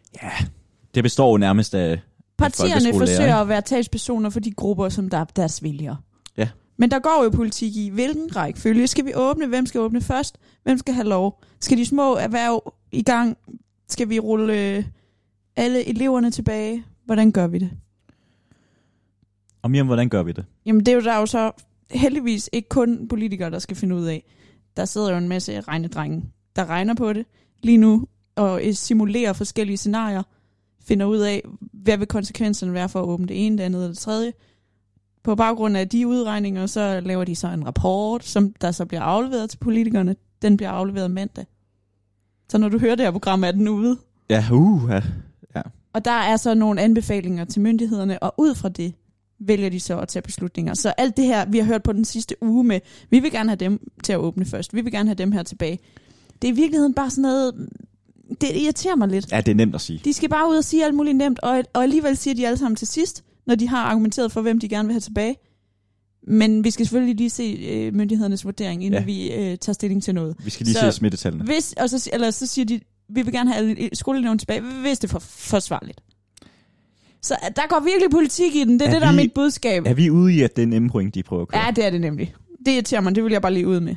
[SPEAKER 1] Det består jo nærmest af...
[SPEAKER 2] Partierne
[SPEAKER 1] folkeskolelærer,
[SPEAKER 2] forsøger
[SPEAKER 1] ikke?
[SPEAKER 2] at være talspersoner for de grupper, som der er deres vælgere.
[SPEAKER 1] Ja.
[SPEAKER 2] Men der går jo politik i, hvilken rækkefølge skal vi åbne, hvem skal åbne først, hvem skal have lov, skal de små erhverv i gang, skal vi rulle øh, alle eleverne tilbage, hvordan gør vi det?
[SPEAKER 1] Og Miriam, hvordan gør vi det?
[SPEAKER 2] Jamen det er jo der er jo så heldigvis ikke kun politikere, der skal finde ud af. Der sidder jo en masse regnedrenge, der regner på det lige nu, og øh, simulerer forskellige scenarier, finder ud af, hvad vil konsekvenserne være for at åbne det ene, det andet og det tredje. På baggrund af de udregninger, så laver de så en rapport, som der så bliver afleveret til politikerne. Den bliver afleveret mandag. Så når du hører det her program, er den ude.
[SPEAKER 1] Ja, uh, ja.
[SPEAKER 2] Og der er så nogle anbefalinger til myndighederne, og ud fra det vælger de så at tage beslutninger. Så alt det her, vi har hørt på den sidste uge med, vi vil gerne have dem til at åbne først, vi vil gerne have dem her tilbage. Det er i virkeligheden bare sådan noget, det irriterer mig lidt.
[SPEAKER 1] ja det er nemt at sige.
[SPEAKER 2] De skal bare ud og sige alt muligt nemt, og, og alligevel siger de alle sammen til sidst, når de har argumenteret for, hvem de gerne vil have tilbage. Men vi skal selvfølgelig lige se øh, myndighedernes vurdering, inden
[SPEAKER 1] Ja.
[SPEAKER 2] ja. vi øh, tager stilling til noget.
[SPEAKER 1] Vi skal lige
[SPEAKER 2] Så-
[SPEAKER 1] se smittetallene.
[SPEAKER 2] Hvis, og så, si- eller så siger de, vi vil gerne have alle skoleeleven tilbage, hvis det er for, forsvarligt. Så øh, der går virkelig politik i den. Det er,
[SPEAKER 1] Er
[SPEAKER 2] er det, der
[SPEAKER 1] vi-
[SPEAKER 2] er mit budskab.
[SPEAKER 1] Er vi ude i, at det er en nemme point, de prøver at køre?
[SPEAKER 2] Ja, det er det nemlig. Det irriterer mig, det vil jeg bare lige ud med.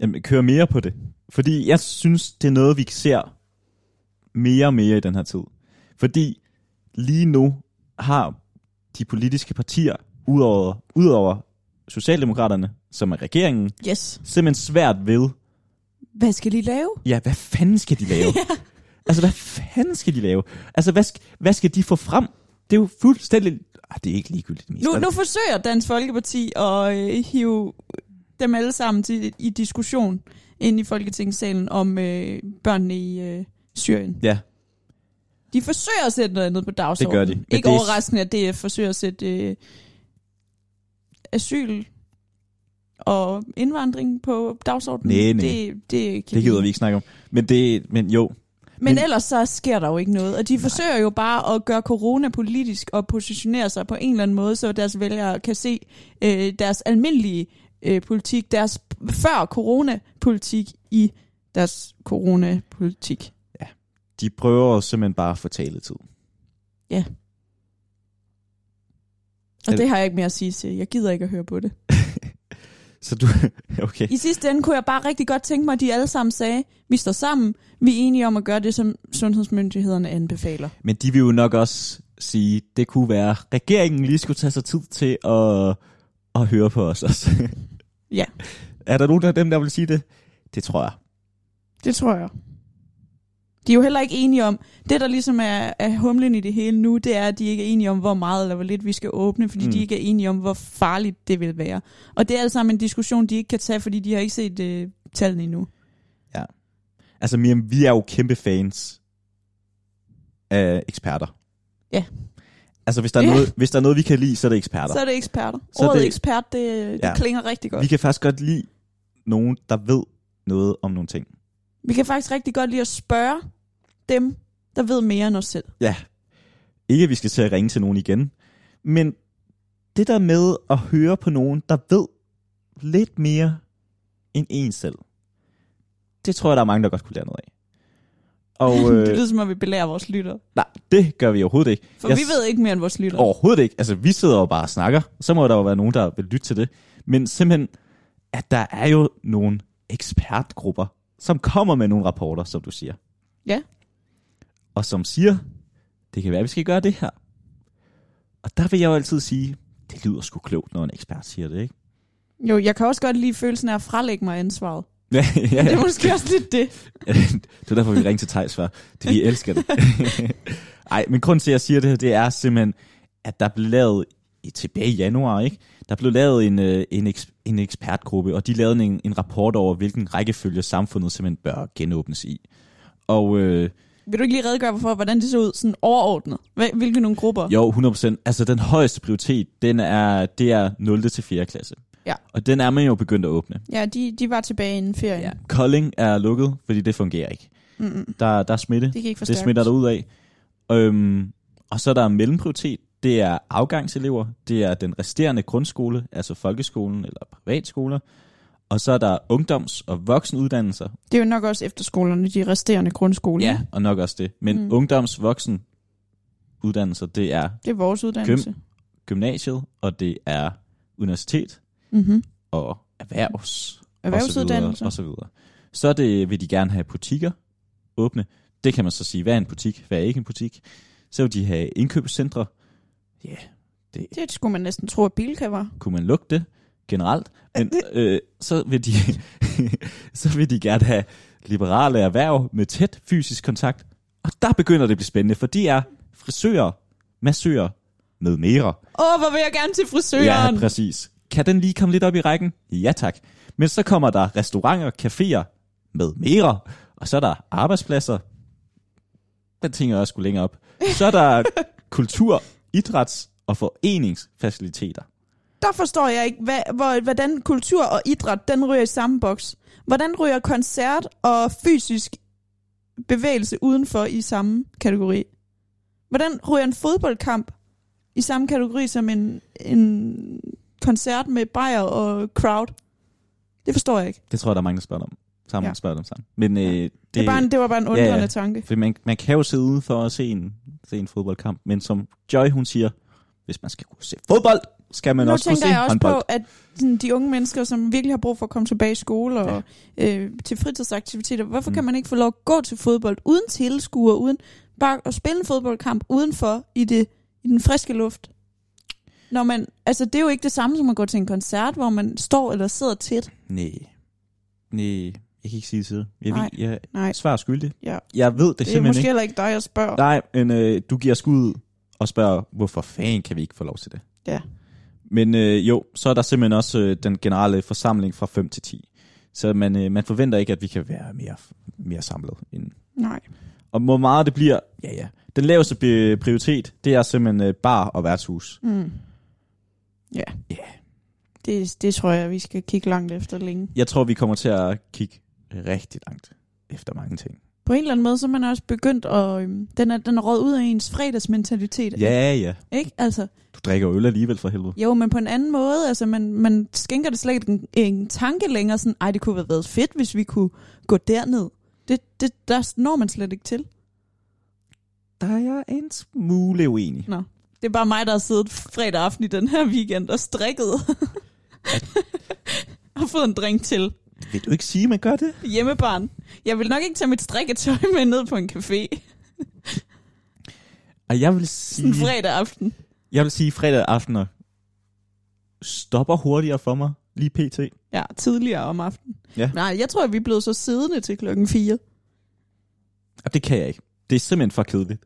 [SPEAKER 1] Jamen, køre mere på det. Fordi jeg synes, det er noget, vi ser mere og mere i den her tid. Fordi lige nu har de politiske partier, udover, udover Socialdemokraterne, som er regeringen,
[SPEAKER 2] Yes.
[SPEAKER 1] simpelthen svært ved,
[SPEAKER 2] Hvad skal de lave?
[SPEAKER 1] ja, hvad fanden skal de
[SPEAKER 2] *laughs*
[SPEAKER 1] lave? Altså, hvad fanden skal de lave? Altså, hvad, sk- hvad skal de få frem? Det er jo fuldstændig... Ah, det er ikke ligegyldigt. det meste.
[SPEAKER 2] Nu, nu forsøger Dansk Folkeparti at øh, hive dem alle sammen til, i diskussion ind i Folketingssalen om øh, børnene i øh, Syrien.
[SPEAKER 1] Ja,
[SPEAKER 2] De forsøger at sætte noget andet på dagsordenen.
[SPEAKER 1] de. Men
[SPEAKER 2] Ikke
[SPEAKER 1] det er-
[SPEAKER 2] overraskende, at DF forsøger at sætte øh, asyl og indvandring på dagsordenen.
[SPEAKER 1] Næ, næ.
[SPEAKER 2] Det, det, kan
[SPEAKER 1] det gider vi ikke snakke om. Men, det, men jo,
[SPEAKER 2] Men,
[SPEAKER 1] Men-
[SPEAKER 2] men ellers så sker der jo ikke noget, og de Nej. forsøger jo bare at gøre corona politisk og positionere sig på en eller anden måde, så deres vælgere kan se øh, deres almindelige øh, politik, deres før coronapolitik i deres coronapolitik.
[SPEAKER 1] de prøver jo simpelthen bare at få taletid. Er
[SPEAKER 2] Og
[SPEAKER 1] det-
[SPEAKER 2] det har jeg ikke mere at sige til. Jeg gider ikke at høre på det.
[SPEAKER 1] Så du... *laughs* Okay.
[SPEAKER 2] I sidste ende kunne jeg bare rigtig godt tænke mig, at de alle sammen sagde, vi står sammen, vi er enige om at gøre det, som sundhedsmyndighederne anbefaler.
[SPEAKER 1] Men de vil jo nok også sige, det kunne være, regeringen lige skulle tage sig tid til at, at høre på os også.
[SPEAKER 2] *laughs* Ja.
[SPEAKER 1] Er der nogen af dem, der vil sige det? Det tror jeg.
[SPEAKER 2] Det tror jeg. De er jo heller ikke enige om, det der ligesom er, er humlen i det hele nu, det er, at de ikke er enige om, hvor meget eller hvor lidt vi skal åbne, fordi
[SPEAKER 1] Mm.
[SPEAKER 2] mm. de ikke er enige om, hvor farligt det vil være. Og det er alt sammen en diskussion, de ikke kan tage, fordi de har ikke set øh, tallene endnu.
[SPEAKER 1] Altså, Miriam, vi er jo kæmpe fans af eksperter.
[SPEAKER 2] Ja.
[SPEAKER 1] Altså, hvis der, er
[SPEAKER 2] Ja.
[SPEAKER 1] noget, hvis der er noget, vi kan lide, så er det eksperter.
[SPEAKER 2] Så er det eksperter.
[SPEAKER 1] Så
[SPEAKER 2] Så
[SPEAKER 1] er
[SPEAKER 2] Ordet
[SPEAKER 1] det-
[SPEAKER 2] det... ekspert, det, det
[SPEAKER 1] Ja.
[SPEAKER 2] ja. klinger rigtig godt.
[SPEAKER 1] Vi
[SPEAKER 2] Vi...
[SPEAKER 1] kan faktisk godt lide nogen, der ved noget om nogle ting.
[SPEAKER 2] vi kan faktisk rigtig godt lide at spørge dem, der ved mere end os selv.
[SPEAKER 1] Ja. Ikke, at vi skal til at ringe til nogen igen. Men det der med at høre på nogen, der ved lidt mere end en selv. Det tror jeg, der er mange, der godt kunne lære noget af. Og
[SPEAKER 2] det
[SPEAKER 1] øh,
[SPEAKER 2] lyder som om, vi belærer vores lytter.
[SPEAKER 1] nej, det gør vi overhovedet ikke.
[SPEAKER 2] For yes. vi ved ikke mere end vores lytter.
[SPEAKER 1] Overhovedet ikke. Altså, vi sidder jo bare og snakker. Så må der jo være nogen, der vil lytte til det. Men simpelthen, at der er jo nogle ekspertgrupper, som kommer med nogle rapporter, som du siger.
[SPEAKER 2] Ja.
[SPEAKER 1] Og som siger, det kan være, at vi skal gøre det her. Og der vil jeg jo altid sige, det lyder sgu klogt, når en ekspert siger det, ikke? *laughs*
[SPEAKER 2] Jo, jeg kan også godt lide følelsen af at frelægge mig ansvaret.
[SPEAKER 1] *laughs* Ja, ja,
[SPEAKER 2] Det er måske også lidt det.
[SPEAKER 1] det var derfor, vi ringte til Thijs før. Det, vi elsker det. Ej, men grunden til, at jeg siger det her, det er simpelthen, at der blev lavet i, tilbage i januar, ikke? Der blev lavet en, øh, en, eks, en ekspertgruppe, og de lavede en, en rapport over, hvilken rækkefølge samfundet simpelthen bør genåbnes i. Og øh,
[SPEAKER 2] Vil du ikke lige redegøre for, hvordan det så ud sådan overordnet? Hvad- Hvilke nogle grupper?
[SPEAKER 1] jo, 100%. Altså, den højeste prioritet, den er, det er 0. til 4. klasse.
[SPEAKER 2] Ja.
[SPEAKER 1] Og den er man jo begyndt at åbne.
[SPEAKER 2] Ja, de, de var tilbage inden ferien.
[SPEAKER 1] Ja.
[SPEAKER 2] Ja.
[SPEAKER 1] Kolding er lukket, fordi det fungerer ikke.
[SPEAKER 2] Mm-mm.
[SPEAKER 1] Der, der er smitte.
[SPEAKER 2] Det gik for
[SPEAKER 1] Det
[SPEAKER 2] stærkt.
[SPEAKER 1] smitter der ud af. Øhm, og så er der mellemprioritet. Det er afgangselever. Det er den resterende grundskole, altså folkeskolen eller privatskoler. Og så er der ungdoms- og voksenuddannelser.
[SPEAKER 2] Det er jo nok også efterskolerne, de resterende grundskoler.
[SPEAKER 1] Ja, og nok også det. Men mm.
[SPEAKER 2] Mm.
[SPEAKER 1] ungdoms- voksen uddannelser, det er
[SPEAKER 2] Det er vores uddannelse. Gym.
[SPEAKER 1] gymnasiet, og det er universitet.
[SPEAKER 2] Mm-hmm.
[SPEAKER 1] og erhvervs
[SPEAKER 2] Erhvervsuddannelser.
[SPEAKER 1] og så videre. Så er det, vil de gerne have butikker åbne. Det kan man så sige, hvad er en butik, hvad er ikke en butik. Så vil de have indkøbscentre. Ja, yeah, det
[SPEAKER 2] Det skulle man næsten tro, at Bilka var.
[SPEAKER 1] kunne man lukke det generelt. Men øh, så, vil de, *laughs* så vil de gerne have liberale erhverv med tæt fysisk kontakt. Og der begynder det at blive spændende, for de er frisører, massører med mere.
[SPEAKER 2] Åh, hvor vil jeg gerne til frisøren.
[SPEAKER 1] Ja, præcis. Kan den lige komme lidt op i rækken? Ja tak. Men så kommer der restauranter, caféer med mere, og så er der arbejdspladser. Den tænker jeg også skulle længere op. Så er
[SPEAKER 2] *laughs*
[SPEAKER 1] der kultur, idræts og foreningsfaciliteter.
[SPEAKER 2] der forstår jeg ikke, hvad, hvor, hvordan kultur og idræt, den ryger i samme boks. Hvordan ryger koncert og fysisk bevægelse udenfor i samme kategori? Hvordan ryger en fodboldkamp i samme kategori som en, en koncert med bajer og crowd? Det forstår jeg ikke.
[SPEAKER 1] Det tror jeg, der er mange, der spørger dig om. Sammen
[SPEAKER 2] Ja.
[SPEAKER 1] ja. spørger dem sammen. Men øh, det,
[SPEAKER 2] Det, det, var, en, det var bare en
[SPEAKER 1] ja.
[SPEAKER 2] undrende ja, ja. tanke.
[SPEAKER 1] fordi man, man kan jo sidde ude for at se en, se en fodboldkamp, men som Joy hun siger, hvis man skal kunne se fodbold, skal man
[SPEAKER 2] nu
[SPEAKER 1] også kunne se
[SPEAKER 2] tænker jeg også
[SPEAKER 1] håndbold.
[SPEAKER 2] på, at sådan, de unge mennesker, som virkelig har brug for at komme tilbage i skole og øh, til fritidsaktiviteter, hvorfor mm.
[SPEAKER 1] Mm.
[SPEAKER 2] kan man ikke få lov at gå til fodbold uden tilskuer, uden bare at spille en fodboldkamp udenfor i, det, i den friske luft? Når man, altså det er jo ikke det samme som at gå til en koncert, hvor man står eller sidder tæt.
[SPEAKER 1] Nej. Nej, jeg kan ikke sige det til dig. Jeg,
[SPEAKER 2] Nej.
[SPEAKER 1] ved, jeg
[SPEAKER 2] Nej.
[SPEAKER 1] er svar skyldig.
[SPEAKER 2] Ja.
[SPEAKER 1] Jeg ved det,
[SPEAKER 2] Det er
[SPEAKER 1] simpelthen
[SPEAKER 2] måske
[SPEAKER 1] ikke.
[SPEAKER 2] heller ikke dig, jeg spørger.
[SPEAKER 1] Nej, men øh, du giver skud og spørger, hvorfor fanden kan vi ikke få lov til det?
[SPEAKER 2] Ja.
[SPEAKER 1] Men øh, jo, så er der simpelthen også øh, den generelle forsamling fra 5 til 10. Så man, øh, man forventer ikke, at vi kan være mere, mere samlet. End.
[SPEAKER 2] Nej.
[SPEAKER 1] Og hvor meget det bliver, ja ja. Den laveste pri- prioritet, det er simpelthen øh, bar og værtshus.
[SPEAKER 2] Mm. Ja.
[SPEAKER 1] Ja.
[SPEAKER 2] Det, det tror jeg, vi skal kigge langt efter længe.
[SPEAKER 1] Jeg tror, vi kommer til at kigge rigtig langt efter mange ting.
[SPEAKER 2] På en eller anden måde, så er man også begyndt at... Øhm, den er, den er råd ud af ens fredagsmentalitet.
[SPEAKER 1] Ja ja,
[SPEAKER 2] Ikke? Altså,
[SPEAKER 1] du drikker jo øl alligevel for helvede.
[SPEAKER 2] jo, men på en anden måde, altså man, man skænker det slet ikke en, en tanke længere, sådan, ej, det kunne have været fedt, hvis vi kunne gå derned. Det, det der når man slet ikke til.
[SPEAKER 1] Der er jeg en smule uenig.
[SPEAKER 2] Det er bare mig, der har siddet fredag aften i den her weekend og strikket. og fået en drink til
[SPEAKER 1] Vil du ikke sige, at man gør det?
[SPEAKER 2] hjemmebarn. Jeg vil nok ikke tage mit strikketøj med ned på en café
[SPEAKER 1] Og jeg vil
[SPEAKER 2] sådan
[SPEAKER 1] sige,
[SPEAKER 2] en fredag aften.
[SPEAKER 1] jeg vil sige fredag aftener stopper hurtigere for mig, lige pt.
[SPEAKER 2] Ja, tidligere om aftenen.
[SPEAKER 1] Ja.
[SPEAKER 2] Nej, jeg tror, at vi er blevet så siddende til klokken 4.
[SPEAKER 1] Og det kan jeg ikke. Det er simpelthen for kedeligt.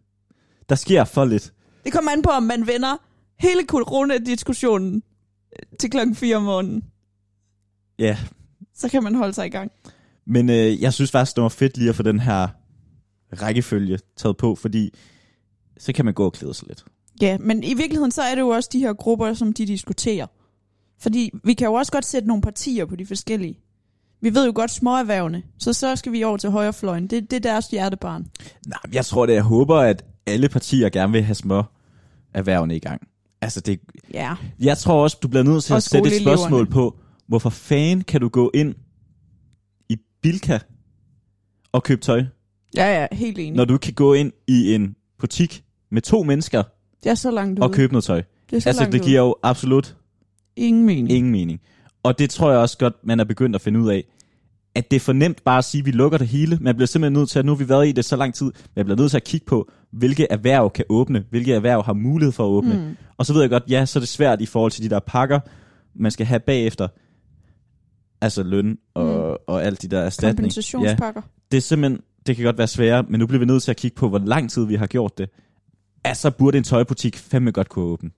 [SPEAKER 1] Der sker for lidt.
[SPEAKER 2] Det kommer an på, om man vender hele corona-diskussionen øh, til klokken 4 om morgenen.
[SPEAKER 1] Ja,
[SPEAKER 2] Så kan man holde sig i gang.
[SPEAKER 1] men øh, jeg synes faktisk, det var fedt lige at få den her rækkefølge taget på, fordi så kan man gå og klæde sig lidt.
[SPEAKER 2] Ja, men i virkeligheden så er det jo også de her grupper, som de diskuterer. Fordi vi kan jo også godt sætte nogle partier på de forskellige. Vi ved jo godt småerhvervene, så så skal vi over til højrefløjen. Det, det er deres hjertebarn.
[SPEAKER 1] Nej, men jeg tror det. Jeg håber, at alle partier gerne vil have små erhvervene i gang. Altså, det,
[SPEAKER 2] Ja,
[SPEAKER 1] Jeg tror også, du bliver nødt til
[SPEAKER 2] Og
[SPEAKER 1] at sætte et
[SPEAKER 2] skoleeleverne.
[SPEAKER 1] spørgsmål på, hvorfor fanden kan du gå ind i Bilka og købe tøj,
[SPEAKER 2] Mm. ja, ja helt enig.
[SPEAKER 1] når du ikke kan gå ind i en butik med to mennesker
[SPEAKER 2] det er så langt ude.
[SPEAKER 1] og købe noget tøj?
[SPEAKER 2] Mm. Det er så
[SPEAKER 1] Altså,
[SPEAKER 2] langt
[SPEAKER 1] det
[SPEAKER 2] ude.
[SPEAKER 1] giver jo absolut
[SPEAKER 2] ingen mening.
[SPEAKER 1] ingen mening. Og det tror jeg også godt, man er begyndt at finde ud af, at det er for nemt bare at sige, at vi lukker det hele. Man bliver simpelthen nødt til, at nu har vi været i det så lang tid, man bliver nødt til at kigge på, hvilke erhverv kan åbne, hvilke erhverv har mulighed for at åbne.
[SPEAKER 2] Mm.
[SPEAKER 1] Og så ved jeg godt, ja, så er det svært i forhold til de der pakker, man skal have bagefter. Altså løn og, mm. og alt de der erstatning. Ja,
[SPEAKER 2] Kompensationspakker.
[SPEAKER 1] det er simpelthen, det kan godt være sværere, men nu bliver vi nødt til at kigge på, hvor lang tid vi har gjort det. Altså burde en tøjbutik fandme godt kunne åbne.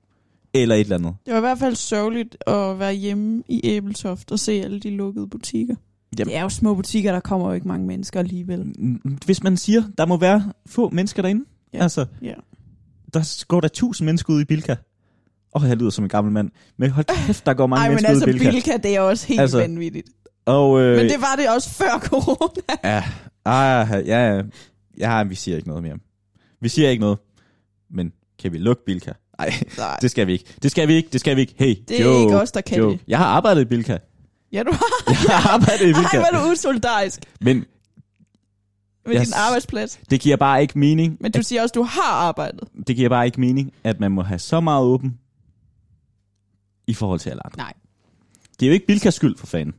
[SPEAKER 1] Eller et eller andet.
[SPEAKER 2] Det var i hvert fald sørgeligt at være hjemme i Æbeltoft og se alle de lukkede butikker.
[SPEAKER 1] Jamen.
[SPEAKER 2] Det er jo små butikker, der kommer jo ikke mange mennesker alligevel.
[SPEAKER 1] Hvis man siger, der må være få mennesker derinde.
[SPEAKER 2] Ja.
[SPEAKER 1] Ja. Altså,
[SPEAKER 2] Ja.
[SPEAKER 1] der går der tusind mennesker ud i Bilka. Åh, oh, jeg lyder som en gammel mand. Men hold kæft, der går mange
[SPEAKER 2] Ej, men
[SPEAKER 1] mennesker
[SPEAKER 2] altså
[SPEAKER 1] ud i Bilka.
[SPEAKER 2] Bilka. det er også helt altså,
[SPEAKER 1] Altså,
[SPEAKER 2] vanvittigt.
[SPEAKER 1] Og, øh,
[SPEAKER 2] Men det var det også før *laughs* corona.
[SPEAKER 1] Ja, ah, ja, ja, ja, vi siger ikke noget mere. Vi siger ikke noget, men kan vi lukke Bilka? Nej,
[SPEAKER 2] Nej,
[SPEAKER 1] det skal vi ikke. Det skal vi ikke, det skal vi ikke. Hey,
[SPEAKER 2] det er
[SPEAKER 1] jo,
[SPEAKER 2] ikke os, der kan
[SPEAKER 1] jo.
[SPEAKER 2] det.
[SPEAKER 1] Jeg har arbejdet i Bilka.
[SPEAKER 2] Ja, du har.
[SPEAKER 1] Jeg har arbejdet i
[SPEAKER 2] Ej,
[SPEAKER 1] Bilka.
[SPEAKER 2] var du usolidarisk
[SPEAKER 1] Men
[SPEAKER 2] med
[SPEAKER 1] Jeg
[SPEAKER 2] din
[SPEAKER 1] s-
[SPEAKER 2] arbejdsplads.
[SPEAKER 1] det giver bare ikke mening.
[SPEAKER 2] Men du siger også, du har arbejdet.
[SPEAKER 1] At, det giver bare ikke mening, at man må have så meget åben i forhold til alle andre.
[SPEAKER 2] Nej.
[SPEAKER 1] Det er jo ikke Bilkas skyld, for fanden.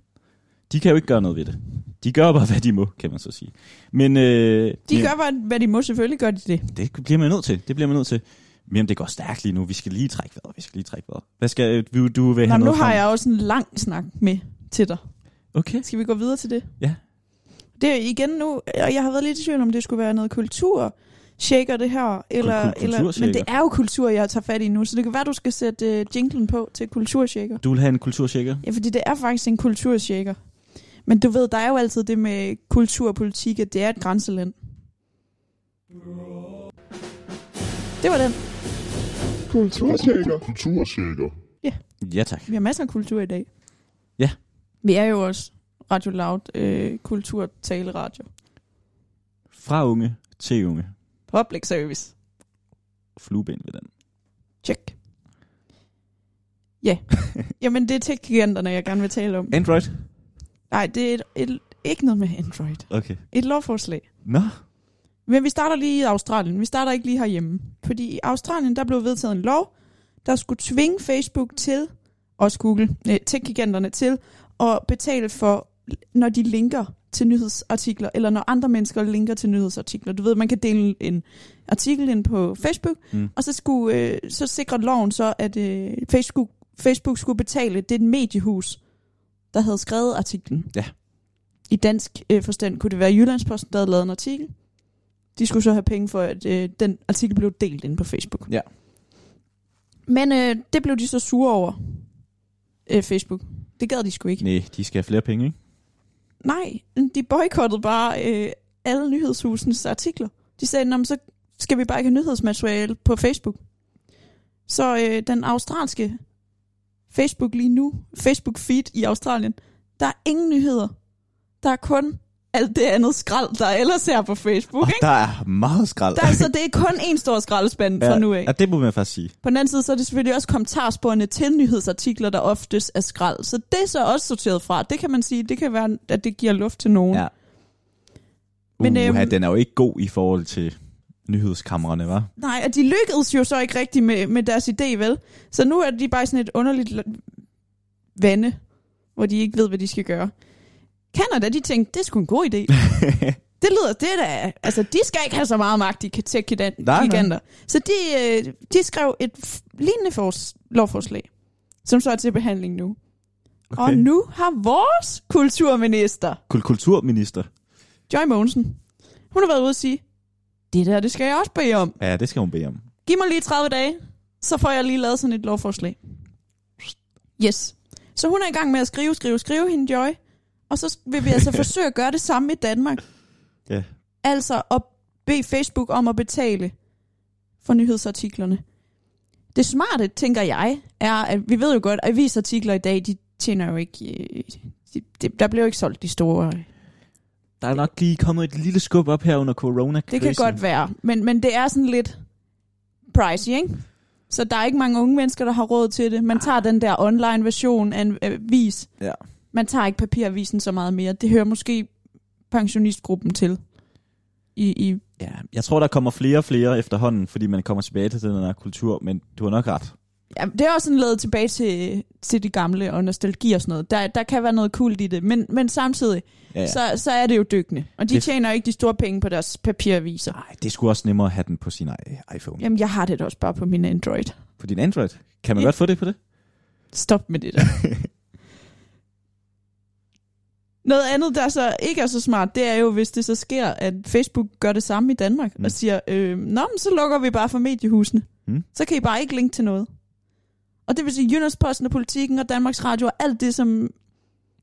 [SPEAKER 1] De kan jo ikke gøre noget ved det. De gør bare, hvad de må, kan man så sige. Men, øh,
[SPEAKER 2] De
[SPEAKER 1] men,
[SPEAKER 2] gør, hvad, hvad de må. Selvfølgelig gør de det.
[SPEAKER 1] Det bliver man nødt til. Det bliver man nødt til. Men jamen, det går stærkt lige nu. Vi skal lige trække vejret. Vi skal lige trække vejret. Hvad skal du, du vil
[SPEAKER 2] Nå,
[SPEAKER 1] have
[SPEAKER 2] men nu
[SPEAKER 1] noget
[SPEAKER 2] har
[SPEAKER 1] frem?
[SPEAKER 2] jeg også en lang snak med til dig.
[SPEAKER 1] Okay.
[SPEAKER 2] Skal vi gå videre til det?
[SPEAKER 1] Ja.
[SPEAKER 2] Det er igen nu, og jeg har været lidt i tvivl om, det skulle være noget kultur shaker det her, eller,
[SPEAKER 1] Kul- kul-
[SPEAKER 2] eller, men
[SPEAKER 1] kulturshaker.
[SPEAKER 2] det er jo kultur, jeg tager fat i nu, så det kan være, du skal sætte uh, jinglen på til kulturshaker.
[SPEAKER 1] Du vil have en kulturshaker?
[SPEAKER 2] Ja, fordi det er faktisk en kulturshaker. Men du ved, der er jo altid det med kultur og politik, at det er et grænseland. Det var den.
[SPEAKER 3] Kulturshaker. Kulturshaker.
[SPEAKER 1] Ja, tak.
[SPEAKER 2] Vi har masser af kultur i dag.
[SPEAKER 1] Ja.
[SPEAKER 2] Vi er jo også Radio Loud øh, kulturtaleradio.
[SPEAKER 1] Fra unge til unge.
[SPEAKER 2] Public service.
[SPEAKER 1] Flueben ved den.
[SPEAKER 2] Check. Ja. Jamen, det er tech-giganterne, jeg gerne vil tale om.
[SPEAKER 1] Android?
[SPEAKER 2] Nej, det er et, et, ikke noget med Android.
[SPEAKER 1] Okay.
[SPEAKER 2] Et lovforslag.
[SPEAKER 1] Nå.
[SPEAKER 2] Men vi starter lige i Australien. Vi starter ikke lige herhjemme. Fordi i Australien, der blev vedtaget en lov, der skulle tvinge Facebook til, også Google, øh, tech-giganterne til, at betale for, når de linker til nyhedsartikler, eller når andre mennesker linker til nyhedsartikler. Du ved, man kan dele en artikel ind på Facebook,
[SPEAKER 1] Mm.
[SPEAKER 2] og så, skulle, øh, så sikrede loven så, at øh, Facebook, Facebook skulle betale det mediehus, der havde skrevet artiklen.
[SPEAKER 1] Ja.
[SPEAKER 2] I dansk øh, forstand kunne det være Jyllandsposten, der havde lavet en artikel. De skulle så have penge for, at øh, den artikel blev delt ind på Facebook.
[SPEAKER 1] Ja.
[SPEAKER 2] Men øh, det blev de så sure over, øh, Facebook. Det gad de sgu ikke.
[SPEAKER 1] Nej, de skal have flere penge, ikke?
[SPEAKER 2] Nej, de boykottede bare øh, alle nyhedshusens artikler. De sagde, "Nå, men så skal vi bare ikke have nyhedsmateriale på Facebook. Så øh, den australske Facebook lige nu, Facebook feed i Australien, der er ingen nyheder. Der er kun alt det andet skrald, der ellers er på Facebook.
[SPEAKER 1] Og
[SPEAKER 2] Ikke?
[SPEAKER 1] der er meget skrald.
[SPEAKER 2] Der, så det er kun en stor skraldespand fra nu af.
[SPEAKER 1] Ja, det må man faktisk sige.
[SPEAKER 2] På den anden side, så er det selvfølgelig også kommentarsporene til nyhedsartikler, der oftest er skrald. Så det er så også sorteret fra. Det kan man sige, det kan være, at det giver luft til nogen.
[SPEAKER 1] Ja. Men,
[SPEAKER 2] Men,
[SPEAKER 1] Uha,
[SPEAKER 2] øhm,
[SPEAKER 1] den er jo ikke god i forhold til nyhedskamrene, var.
[SPEAKER 2] Nej, og de lykkedes jo så ikke rigtigt med, med deres idé, vel? Så nu er de bare i sådan et underligt la- vande, hvor de ikke ved, hvad de skal gøre. Canada, de tænkte, det er sgu en god
[SPEAKER 1] *laughs*
[SPEAKER 2] idé. det lyder, det er da, altså de skal ikke have så meget magt, de kan tech
[SPEAKER 1] nej.
[SPEAKER 2] giganter. Så de, øh, de skrev et f- lignende fors- lovforslag, som så er til behandling nu. Okay. Og nu har vores kulturminister,
[SPEAKER 1] Kul- Kulturminister.
[SPEAKER 2] Joy Mogensen, hun har været ude og sige, det der, det skal jeg også bede om
[SPEAKER 1] Ja, det skal hun bede om.
[SPEAKER 2] giv mig lige 30 dage, så får jeg lige lavet sådan et lovforslag. Yes. Så hun er i gang med at skrive, skrive, skrive hende Joy, og så vil vi altså forsøge at gøre det samme i Danmark.
[SPEAKER 1] Ja.
[SPEAKER 2] Altså at bede Facebook om at betale for nyhedsartiklerne. Det smarte, tænker jeg, er, at vi ved jo godt, at avisartikler i dag, de tjener jo ikke... øh, De, de, der bliver jo ikke solgt de store.
[SPEAKER 1] Der er nok lige kommet et lille skub op her under corona
[SPEAKER 2] Det kan godt være, men, men det er sådan lidt pricey, ikke? Så der er ikke mange unge mennesker, der har råd til det. Man tager den der online version af en avis.
[SPEAKER 1] Ja.
[SPEAKER 2] Man tager ikke papiravisen så meget mere. Det hører måske pensionistgruppen til. I, i
[SPEAKER 1] Ja, jeg tror, der kommer flere og flere efterhånden, fordi man kommer tilbage til den her kultur, men du har nok ret.
[SPEAKER 2] ja, det er også sådan lavet tilbage til, til det gamle og nostalgi og sådan noget. Der, der kan være noget kult i det, men, men samtidig,
[SPEAKER 1] Ja,
[SPEAKER 2] ja.
[SPEAKER 1] ja.
[SPEAKER 2] så, så er det jo dykkende. Og de
[SPEAKER 1] Det-
[SPEAKER 2] tjener ikke de store penge på deres papiraviser.
[SPEAKER 1] Ej, det skulle også nemmere at have den på sin i- iPhone. Ja.
[SPEAKER 2] Jamen, jeg har det da også bare på min Android.
[SPEAKER 1] På din Android. Kan man
[SPEAKER 2] Ja.
[SPEAKER 1] godt få det på det?
[SPEAKER 2] Stop med det der. *laughs* Noget andet, der så ikke er så smart, det er jo, hvis det så sker, at Facebook gør det samme i Danmark mm.
[SPEAKER 1] Mm.
[SPEAKER 2] og siger, øh, Nå, men så lukker vi bare for mediehusene.
[SPEAKER 1] Mm.
[SPEAKER 2] Så kan I bare ikke linke til noget. Og det vil sige, Jyllandsposten og Politiken og Danmarks Radio og alt det, som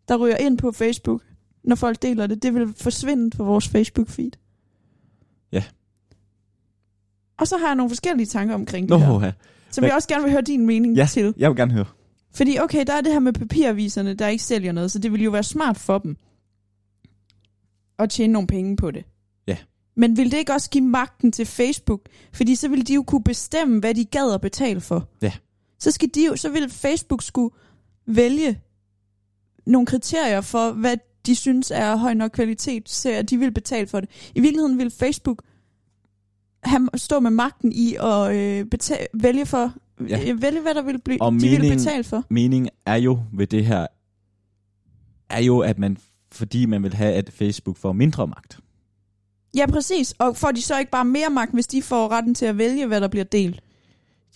[SPEAKER 2] der ryger ind på Facebook, når folk deler det, det vil forsvinde fra vores Facebook-feed.
[SPEAKER 1] Ja.
[SPEAKER 2] Og så har jeg nogle forskellige tanker omkring
[SPEAKER 1] Nå,
[SPEAKER 2] det her,
[SPEAKER 1] ja.
[SPEAKER 2] som jeg også gerne vil høre din mening
[SPEAKER 1] Ja.
[SPEAKER 2] til.
[SPEAKER 1] Jeg vil gerne høre.
[SPEAKER 2] Fordi okay, der er det her med papiraviserne, der ikke sælger noget, så det ville jo være smart for dem at tjene nogle penge på det.
[SPEAKER 1] Ja.
[SPEAKER 2] Men ville det ikke også give magten til Facebook? Fordi så ville de jo kunne bestemme, hvad de gad at betale for.
[SPEAKER 1] Ja.
[SPEAKER 2] Så, skal de jo, så ville Facebook skulle vælge nogle kriterier for, hvad de synes er høj nok kvalitet, så at de vil betale for det. I virkeligheden vil Facebook have, stå med magten i at øh, betale, vælge for,
[SPEAKER 1] Ja.
[SPEAKER 2] ja. vælge, hvad der vil blive,
[SPEAKER 1] Og
[SPEAKER 2] de vil
[SPEAKER 1] meningen-
[SPEAKER 2] betale for.
[SPEAKER 1] Meningen er jo ved det her, er jo, at man, fordi man vil have, at Facebook får mindre magt.
[SPEAKER 2] Ja, præcis. Og får de så ikke bare mere magt, hvis de får retten til at vælge, hvad der bliver delt?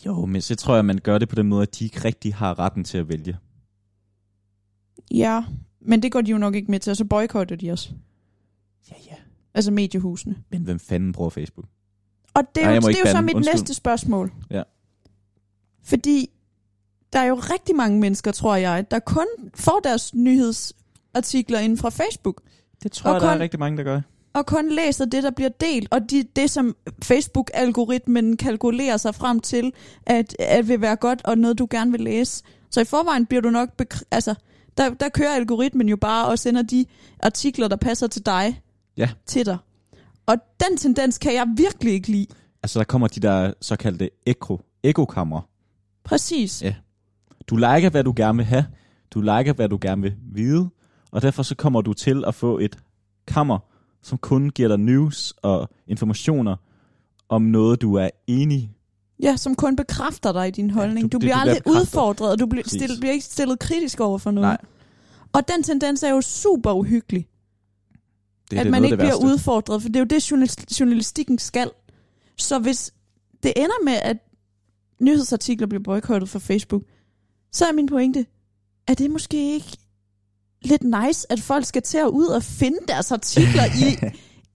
[SPEAKER 1] Jo, men så tror jeg, man gør det på den måde, at de ikke rigtig har retten til at vælge.
[SPEAKER 2] Ja, men det går de jo nok ikke med til, og så boykotter de os.
[SPEAKER 1] Ja, ja.
[SPEAKER 2] Altså mediehusene.
[SPEAKER 1] Men hvem fanden bruger Facebook?
[SPEAKER 2] Og det er
[SPEAKER 1] Nej,
[SPEAKER 2] Nej,
[SPEAKER 1] jeg
[SPEAKER 2] jo,
[SPEAKER 1] må
[SPEAKER 2] det
[SPEAKER 1] ikke
[SPEAKER 2] er jo så
[SPEAKER 1] bande.
[SPEAKER 2] mit
[SPEAKER 1] Undskyld.
[SPEAKER 2] Undskyld. næste spørgsmål.
[SPEAKER 1] Ja.
[SPEAKER 2] Fordi der er jo rigtig mange mennesker, tror jeg, der kun får deres nyhedsartikler inden fra Facebook,
[SPEAKER 1] Det tror
[SPEAKER 2] Og
[SPEAKER 1] jeg, der er
[SPEAKER 2] kun-
[SPEAKER 1] rigtig mange, der gør.
[SPEAKER 2] og kun læser det, der bliver delt, og de, det, som Facebook-algoritmen kalkulerer sig frem til, at, at vil være godt, og noget, du gerne vil læse. Så i forvejen bliver du nok... Bekr- altså, der, der kører algoritmen jo bare og sender de artikler, der passer til dig,
[SPEAKER 1] Ja.
[SPEAKER 2] til dig. Og den tendens kan jeg virkelig ikke lide.
[SPEAKER 1] Altså, der kommer de der såkaldte ekko, ekokammer.
[SPEAKER 2] Præcis.
[SPEAKER 1] Ja. Du liker, hvad du gerne vil have. Du liker, hvad du gerne vil vide. Og derfor så kommer du til at få et kammer, som kun giver dig news og informationer om noget, du er enig
[SPEAKER 2] Ja, som kun bekræfter dig i din holdning.
[SPEAKER 1] du- det-
[SPEAKER 2] Ja, du, du
[SPEAKER 1] du
[SPEAKER 2] bliver
[SPEAKER 1] bliver
[SPEAKER 2] aldrig
[SPEAKER 1] bekræftet.
[SPEAKER 2] udfordret, du bliver,
[SPEAKER 1] Præcis.
[SPEAKER 2] stillet, bliver ikke stillet kritisk over for noget.
[SPEAKER 1] Nej.
[SPEAKER 2] Og den tendens er jo super uhyggelig,
[SPEAKER 1] Det
[SPEAKER 2] at
[SPEAKER 1] da noget
[SPEAKER 2] man
[SPEAKER 1] af
[SPEAKER 2] ikke bliver
[SPEAKER 1] værste.
[SPEAKER 2] udfordret, for det er jo det, journalis- journalistikken skal. Så hvis det ender med, at nyhedsartikler bliver boykottet fra Facebook, så er min pointe, at det er måske ikke lidt nice, at folk skal til at ud og finde deres artikler
[SPEAKER 1] *laughs*
[SPEAKER 2] i,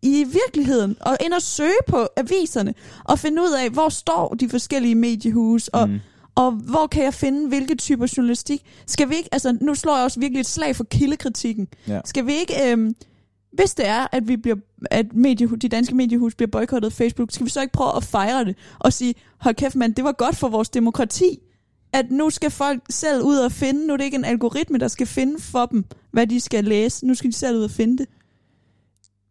[SPEAKER 2] i virkeligheden, og ind og søge på aviserne, og finde ud af, hvor står de forskellige mediehuse, og
[SPEAKER 1] Mm.
[SPEAKER 2] og hvor kan jeg finde, hvilke typer journalistik? Skal vi ikke, altså nu slår jeg også virkelig et slag for kildekritikken.
[SPEAKER 1] Ja.
[SPEAKER 2] Skal vi ikke, øhm, hvis det er, at, vi bliver, at medie, de danske mediehus bliver boykottet af Facebook, skal vi så ikke prøve at fejre det og sige, hold kæft mand, det var godt for vores demokrati, at nu skal folk selv ud og finde, nu er det ikke en algoritme, der skal finde for dem, hvad de skal læse, nu skal de selv ud og finde det.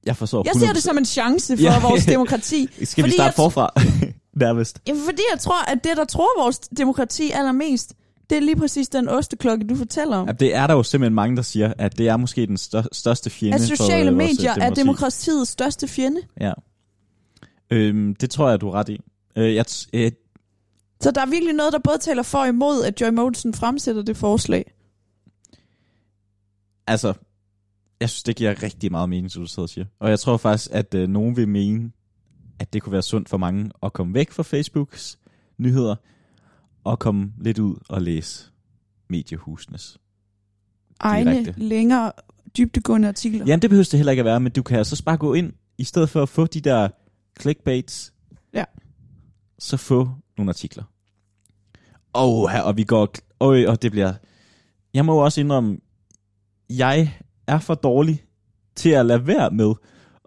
[SPEAKER 1] Jeg forstår.
[SPEAKER 2] Jeg ser det som en chance for
[SPEAKER 1] Ja. *laughs*
[SPEAKER 2] vores demokrati.
[SPEAKER 1] 100%. Skal vi
[SPEAKER 2] fordi
[SPEAKER 1] starte
[SPEAKER 2] jeg-
[SPEAKER 1] forfra? *laughs* Nærmest.
[SPEAKER 2] Jamen, fordi jeg tror, at det, der tror vores demokrati allermest, det er lige præcis den osteklokke, du fortæller om.
[SPEAKER 1] Ja, det er der jo simpelthen mange, der siger, at det er måske den stør- største fjende
[SPEAKER 2] At sociale
[SPEAKER 1] for øh, vores, øh,
[SPEAKER 2] medier er
[SPEAKER 1] demokrati.
[SPEAKER 2] demokratiets største fjende.
[SPEAKER 1] Ja. Øhm, det tror jeg, du er ret i. Øh, jeg, t- øh,
[SPEAKER 2] Så der er virkelig noget, der både taler for og imod, at Joy Mogensen fremsætter det forslag.
[SPEAKER 1] altså, jeg synes, det giver rigtig meget mening, som du sidder og siger. Og jeg tror faktisk, at øh, nogen vil mene, at det kunne være sundt for mange at komme væk fra Facebooks nyheder, og komme lidt ud og læse mediehusenes.
[SPEAKER 2] Egne
[SPEAKER 1] Direkte.
[SPEAKER 2] længere dybtegående artikler. Ja.
[SPEAKER 1] Jamen, det behøver det heller ikke at være, men du kan altså bare gå ind, i stedet for at få de der clickbaits,
[SPEAKER 2] Ja.
[SPEAKER 1] så få nogle artikler. Og, og vi går, og, og det bliver, jeg må jo også indrømme, jeg er for dårlig til at lade være med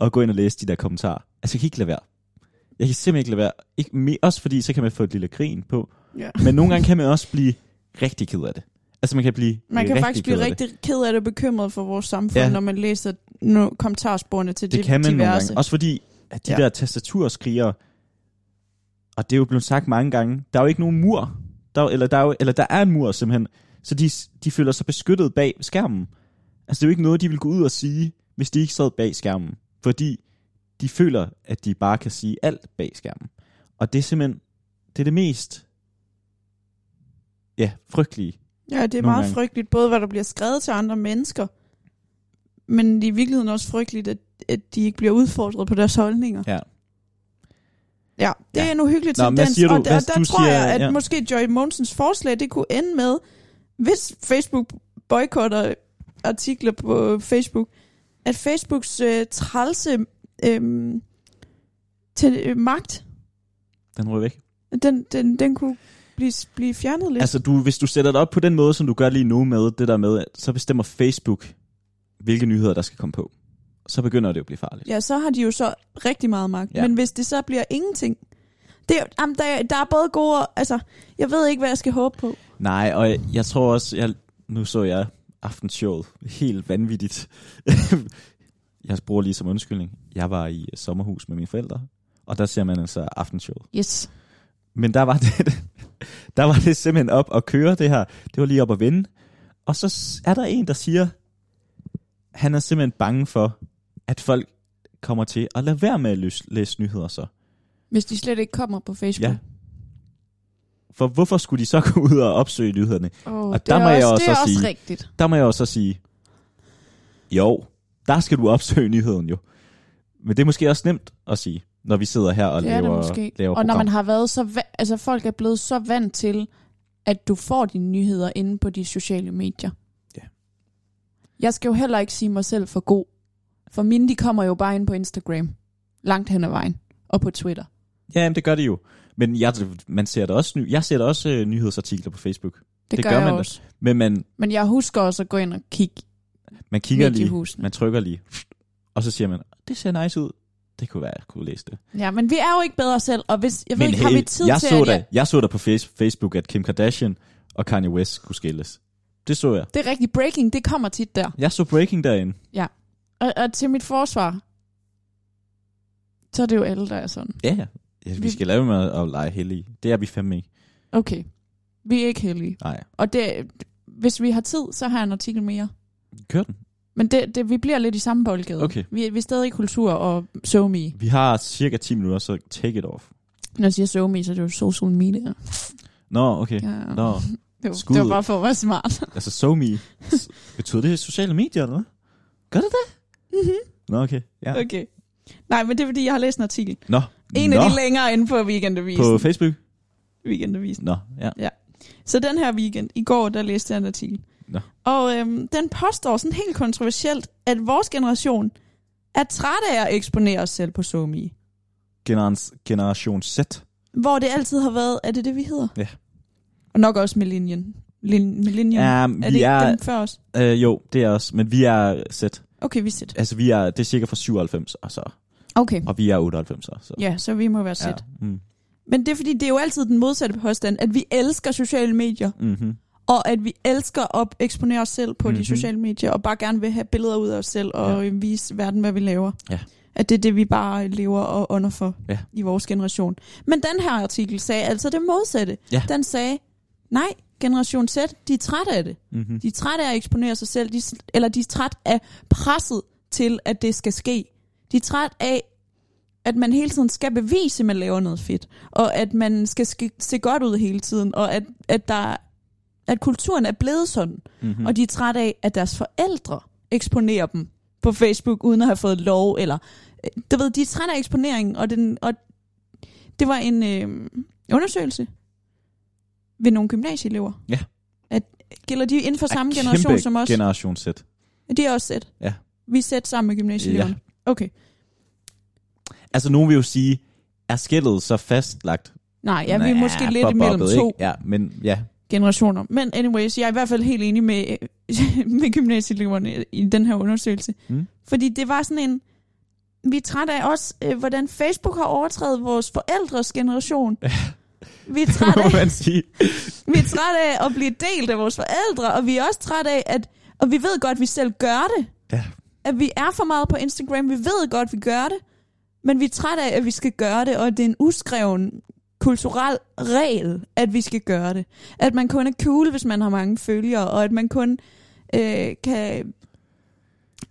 [SPEAKER 1] at gå ind og læse de der kommentarer. Altså, jeg kan ikke lade være. Jeg kan simpelthen ikke lade være. Ikke, me- også fordi, så kan man få et lille grin på.
[SPEAKER 2] Ja.
[SPEAKER 1] Men nogle gange kan man også blive rigtig ked af det. Altså, man kan blive
[SPEAKER 2] Man kan
[SPEAKER 1] rigtig
[SPEAKER 2] faktisk blive
[SPEAKER 1] ked af det.
[SPEAKER 2] rigtig ked af det og bekymret for vores samfund,
[SPEAKER 1] Ja.
[SPEAKER 2] ja. når man læser no- kommentarsporene til
[SPEAKER 1] det, det kan man diverse. nogle
[SPEAKER 2] diverse.
[SPEAKER 1] gange. Også fordi, at de ja.
[SPEAKER 2] Ja.
[SPEAKER 1] der tastaturskrigere, og det er jo blevet sagt mange gange, der er jo ikke nogen mur. Der er, jo- eller, der er jo, eller der er en mur simpelthen. Så de, de føler sig beskyttet bag skærmen. Altså det er jo ikke noget, de vil gå ud og sige, hvis de ikke sad bag skærmen. Fordi de føler, at de bare kan sige alt bag skærmen. Og det er simpelthen, det er det mest, ja, frygtelige.
[SPEAKER 2] Ja, det er
[SPEAKER 1] Nogle
[SPEAKER 2] meget
[SPEAKER 1] gange.
[SPEAKER 2] frygteligt, både hvad der bliver skrevet til andre mennesker, men det er i virkeligheden også frygteligt, at, at de ikke bliver udfordret på deres holdninger.
[SPEAKER 1] Ja.
[SPEAKER 2] Ja, det er
[SPEAKER 1] Ja.
[SPEAKER 2] en uhyggelig
[SPEAKER 1] Nå, men
[SPEAKER 2] tendens,
[SPEAKER 1] hvad siger du?
[SPEAKER 2] og der,
[SPEAKER 1] Hvad
[SPEAKER 2] der
[SPEAKER 1] du
[SPEAKER 2] tror
[SPEAKER 1] siger-
[SPEAKER 2] jeg, at
[SPEAKER 1] ja.
[SPEAKER 2] måske Joy Monsens forslag, det kunne ende med, hvis Facebook boykotter artikler på Facebook, at Facebooks øh, trælse øh, til, øh, magt,
[SPEAKER 1] Den rører væk.
[SPEAKER 2] den, den, den kunne blive, blive fjernet lidt.
[SPEAKER 1] Altså, du, hvis du sætter det op på den måde, som du gør lige nu med det der med, at så bestemmer Facebook, hvilke nyheder, der skal komme på. Så begynder det jo at blive farligt.
[SPEAKER 2] Ja, så har de jo så rigtig meget magt.
[SPEAKER 1] Ja.
[SPEAKER 2] Ja. Men hvis det så bliver ingenting, det er, jo- jamen, der, er- der er både gode, og- altså, jeg ved ikke, hvad jeg skal håbe på.
[SPEAKER 1] Nej, og jeg, jeg tror også, jeg, nu så jeg aftenshowet helt vanvittigt. *laughs* jeg bruger lige som undskyldning. Jeg var i sommerhus med mine forældre, og der ser man altså aftenshowet.
[SPEAKER 2] Yes.
[SPEAKER 1] Men der var det, *laughs* der var det simpelthen op at køre det her. Det var lige op at vinde. Og så s- er der en, der siger, han er simpelthen bange for, at folk kommer til at lade være med at løs- læse nyheder så.
[SPEAKER 2] Hvis de slet ikke kommer på Facebook.
[SPEAKER 1] Ja. For hvorfor skulle *laughs* de så gå ud og opsøge nyhederne?
[SPEAKER 2] Oh,
[SPEAKER 1] Og det der er må jeg også- også det er så også sige-
[SPEAKER 2] rigtigt.
[SPEAKER 1] Der må jeg jo så sige, Jo, der skal du opsøge nyheden jo. Men det er måske også nemt at sige, når vi sidder her og
[SPEAKER 5] det er
[SPEAKER 1] laver,
[SPEAKER 5] det måske.
[SPEAKER 1] laver
[SPEAKER 5] og når
[SPEAKER 1] program.
[SPEAKER 5] man har været så... Va- altså, folk er blevet så vant til, at du får dine nyheder inde på de sociale medier.
[SPEAKER 1] Ja.
[SPEAKER 5] Jeg skal jo heller ikke sige mig selv for god. For mine, de kommer jo bare ind på Instagram. Langt hen ad vejen. Og på Twitter.
[SPEAKER 1] Ja, jamen, det gør det jo. Men jeg, man ser da også, ny- jeg ser da også øh, nyhedsartikler på Facebook.
[SPEAKER 5] Det,
[SPEAKER 1] Det
[SPEAKER 5] det gør,
[SPEAKER 1] gør
[SPEAKER 5] gør jeg
[SPEAKER 1] man da.
[SPEAKER 5] også.
[SPEAKER 1] Men man,
[SPEAKER 5] Men jeg husker også at gå ind og kigge
[SPEAKER 1] man kigger
[SPEAKER 5] midt i
[SPEAKER 1] lige,
[SPEAKER 5] husene.
[SPEAKER 1] man trykker lige, og så siger man, det ser nice ud. Det kunne være, jeg kunne læse det.
[SPEAKER 5] Ja, men vi er jo ikke bedre selv, og hvis, jeg ved ikke, har vi tid
[SPEAKER 1] jeg,
[SPEAKER 5] til,
[SPEAKER 1] så
[SPEAKER 5] at...
[SPEAKER 1] da, jeg så da på face- Facebook, at Kim Kardashian og Kanye West kunne skilles. Det så jeg.
[SPEAKER 5] Det er rigtig breaking, det kommer tit der.
[SPEAKER 1] Jeg så Breaking derinde.
[SPEAKER 5] Og, og til mit forsvar, så er det jo alle, der er sådan.
[SPEAKER 1] Ja, ja. Ja, Vi
[SPEAKER 5] Vi-
[SPEAKER 1] skal lave med at lege heldige. Det er vi fandme ikke.
[SPEAKER 5] Okay, vi er ikke heldige.
[SPEAKER 1] Nej,
[SPEAKER 5] Og det, hvis vi har tid, så har jeg en artikel mere.
[SPEAKER 1] kør den.
[SPEAKER 5] Men det, det, vi bliver lidt i samme boldgade.
[SPEAKER 1] Okay.
[SPEAKER 5] Vi, vi er stadig i kultur og SoMe.
[SPEAKER 1] Vi har cirka 10 minutter, så take it off.
[SPEAKER 5] Når jeg siger SoMe, så er det jo social media.
[SPEAKER 1] Nå, okay.
[SPEAKER 5] Ja.
[SPEAKER 1] Nå,
[SPEAKER 5] det, var,
[SPEAKER 1] skud.
[SPEAKER 5] det var bare for at være smart.
[SPEAKER 1] *laughs* altså SoMe. S- Betyder det sociale medier, eller hvad? Gør det det? Nå, okay. Ja.
[SPEAKER 2] Okay. Nej, men det er, fordi jeg har læst en artikel.
[SPEAKER 1] Nå.
[SPEAKER 2] En
[SPEAKER 1] Nå.
[SPEAKER 2] af de længere inde på Weekendavisen.
[SPEAKER 1] På Facebook?
[SPEAKER 2] Weekendavisen.
[SPEAKER 1] Nå, ja.
[SPEAKER 2] Så den her weekend, i går, der læste jeg en artikel.
[SPEAKER 1] Nå.
[SPEAKER 2] Og øhm, den påstår sådan helt kontroversielt, at vores generation er træt af at eksponere os selv på SoMe.
[SPEAKER 1] Generans, generation Z.
[SPEAKER 2] Hvor det altid har været, er det det, vi hedder?
[SPEAKER 1] Ja.
[SPEAKER 2] Og nok også Millennium. Lin, millennium.
[SPEAKER 1] Ja,
[SPEAKER 2] er
[SPEAKER 1] vi
[SPEAKER 2] det
[SPEAKER 1] er...
[SPEAKER 2] ikke dem før os?
[SPEAKER 1] Øh, jo, det er os. Men vi er Z.
[SPEAKER 2] Okay, vi sæt.
[SPEAKER 1] Altså, vi er... Det er cirka fra 97 og så.
[SPEAKER 5] Okay.
[SPEAKER 1] Og vi er 98 og så.
[SPEAKER 5] Ja, så vi må være set.
[SPEAKER 1] Ja. Mm.
[SPEAKER 2] Men det er fordi, det er jo altid den modsatte påstand, at vi elsker sociale medier,
[SPEAKER 1] Mm-hmm.
[SPEAKER 2] og at vi elsker at eksponere os selv på mm-hmm.
[SPEAKER 1] Mhm.
[SPEAKER 2] de sociale medier, og bare gerne vil have billeder ud af os selv, og ja. vise verden, hvad vi laver.
[SPEAKER 1] Ja.
[SPEAKER 2] At det er det, vi bare lever og ånder for
[SPEAKER 1] Ja.
[SPEAKER 2] i vores generation. Men den her artikel sagde altså det modsatte.
[SPEAKER 1] Ja.
[SPEAKER 2] Den sagde, nej, generation Z, de er trætte af det.
[SPEAKER 1] Mm-hmm.
[SPEAKER 2] De er trætte af at eksponere sig selv, de, s- eller de er trætte af presset til, at det skal ske. De er trætte af, at man hele tiden skal bevise, at man laver noget fedt, og at man skal ske, se godt ud hele tiden, og at, at, der, at kulturen er blevet sådan.
[SPEAKER 1] Mm-hmm.
[SPEAKER 2] Og de er trætte af, at deres forældre eksponerer dem på Facebook, uden at have fået lov, eller... øh, Du ved, de er trætte af eksponeringen, og, den, og det var en øh, undersøgelse ved nogle gymnasieelever.
[SPEAKER 1] Ja.
[SPEAKER 2] At gælder de inden for samme
[SPEAKER 1] Kæmpe
[SPEAKER 2] generation som os?
[SPEAKER 1] generation Z.
[SPEAKER 2] det er også sæt.
[SPEAKER 1] Ja.
[SPEAKER 2] Vi er sæt sammen med gymnasieeleverne. Ja. Okay.
[SPEAKER 1] Altså, nogen vil jo sige, er skældet så fastlagt?
[SPEAKER 5] Nej, ja, vi er måske lidt
[SPEAKER 1] bob-
[SPEAKER 5] imellem
[SPEAKER 1] bobbet,
[SPEAKER 5] to
[SPEAKER 1] Ikke? Ja, men ja. *laughs*
[SPEAKER 2] generationer. Men anyways, jeg er i hvert fald helt enig med, *laughs* med gymnasieeleverne i den her undersøgelse.
[SPEAKER 1] Mm.
[SPEAKER 2] Mm. Fordi det var sådan en... Vi er trætte af også, øh, hvordan Facebook har overtrædet vores forældres generation. Vi er,
[SPEAKER 1] Det
[SPEAKER 2] trætte
[SPEAKER 1] *laughs* må
[SPEAKER 2] af,
[SPEAKER 1] man sige.
[SPEAKER 2] vi er trætte af at blive delt af vores forældre, og vi er også trætte af, at, og vi ved godt, at vi selv gør det.
[SPEAKER 1] Ja.
[SPEAKER 2] At vi er for meget på Instagram, vi ved godt, at vi gør det, men vi er trætte af, at vi skal gøre det, og det er en uskreven kulturel regel, at vi skal gøre det. At man kun er cool, hvis man har mange følgere, og at man kun øh, kan...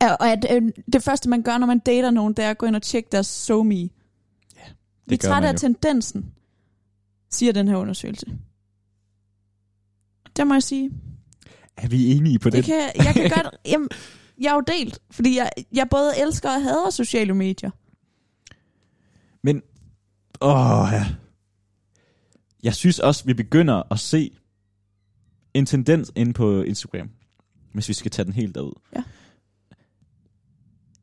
[SPEAKER 2] Ja, Og at øh, det første, man gør, når man dater nogen, det er at gå ind og tjekke deres somi. Ja, vi er
[SPEAKER 1] gør
[SPEAKER 2] trætte
[SPEAKER 1] man
[SPEAKER 2] af
[SPEAKER 1] jo.
[SPEAKER 2] tendensen, siger den her undersøgelse. Der må jeg sige,
[SPEAKER 1] Er vi enige på det?
[SPEAKER 2] det kan, jeg kan godt... Jamen, jeg er jo delt, fordi jeg, jeg både elsker og hader sociale medier.
[SPEAKER 1] Men, åh ja. Jeg synes også, vi begynder at se en tendens inde på Instagram, hvis vi skal tage den helt derud.
[SPEAKER 2] Ja.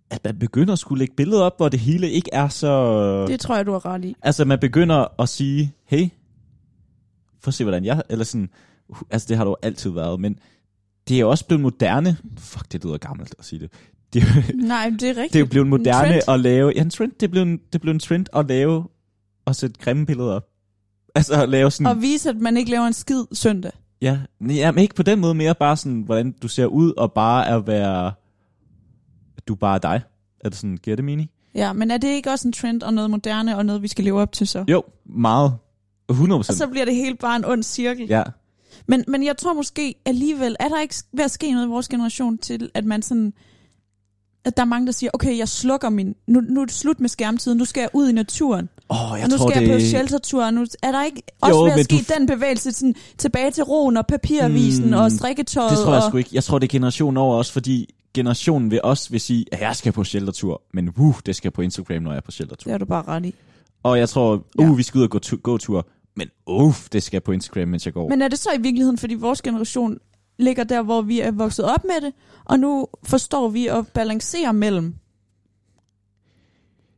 [SPEAKER 1] At man begynder at skulle lægge billeder op, hvor det hele ikke er så...
[SPEAKER 2] Det tror jeg, du har ret i.
[SPEAKER 1] Altså, man begynder at sige, hey, for at se, hvordan jeg... Eller sådan, "Hu, altså, det har du altid været, men det er jo også blevet moderne. Fuck, det lyder gammelt at sige det. Det er jo,
[SPEAKER 2] Nej, det er rigtigt.
[SPEAKER 1] det er jo blevet moderne
[SPEAKER 2] trend.
[SPEAKER 1] at lave... Ja, en trend. Det er blevet en, det er blevet en trend at lave... Og sætte grimme billeder op. Altså at lave sådan...
[SPEAKER 2] Og vise, at man ikke laver en skid søndag.
[SPEAKER 1] Ja, jamen, ikke på den måde mere bare sådan, hvordan du ser ud, og bare at være... Du bare er dig. Er det sådan, giver det mening?
[SPEAKER 2] Ja, men er det ikke også en trend og noget moderne og noget, vi skal leve op til så?
[SPEAKER 1] Jo, meget. 100
[SPEAKER 2] Og
[SPEAKER 1] procent.
[SPEAKER 2] så bliver det hele bare en ond cirkel.
[SPEAKER 1] Ja.
[SPEAKER 2] Men, men jeg tror måske alligevel, er der ikke ved at ske noget i vores generation til, at man sådan at der er mange, der siger, okay, jeg slukker min, nu, nu er det slut med skærmtiden, nu skal jeg ud i naturen,
[SPEAKER 1] Åh, oh, jeg
[SPEAKER 2] og nu
[SPEAKER 1] tror,
[SPEAKER 2] skal
[SPEAKER 1] det...
[SPEAKER 2] jeg på sheltertur, og nu er der ikke også
[SPEAKER 1] Jo,
[SPEAKER 2] ved
[SPEAKER 1] men
[SPEAKER 2] at ske
[SPEAKER 1] du-
[SPEAKER 2] den bevægelse sådan, tilbage til roen og papiravisen
[SPEAKER 1] Mm,
[SPEAKER 2] og strikketøjet.
[SPEAKER 1] Det tror jeg
[SPEAKER 2] og,
[SPEAKER 1] sgu ikke. Jeg tror, det er generationen over også, fordi generationen ved os vil sige, at jeg skal på sheltertur, men wuh, det skal på Instagram, når jeg er på sheltertur.
[SPEAKER 2] Det har du bare ret i.
[SPEAKER 1] Og jeg tror, uh,
[SPEAKER 2] Ja.
[SPEAKER 1] vi skal ud og gå, tu- gå tur, men uh, det skal på Instagram, mens jeg går. Men,
[SPEAKER 2] Men er det så i virkeligheden, fordi vores generation ligger der, hvor vi er vokset op med det, og nu forstår vi at balancere mellem?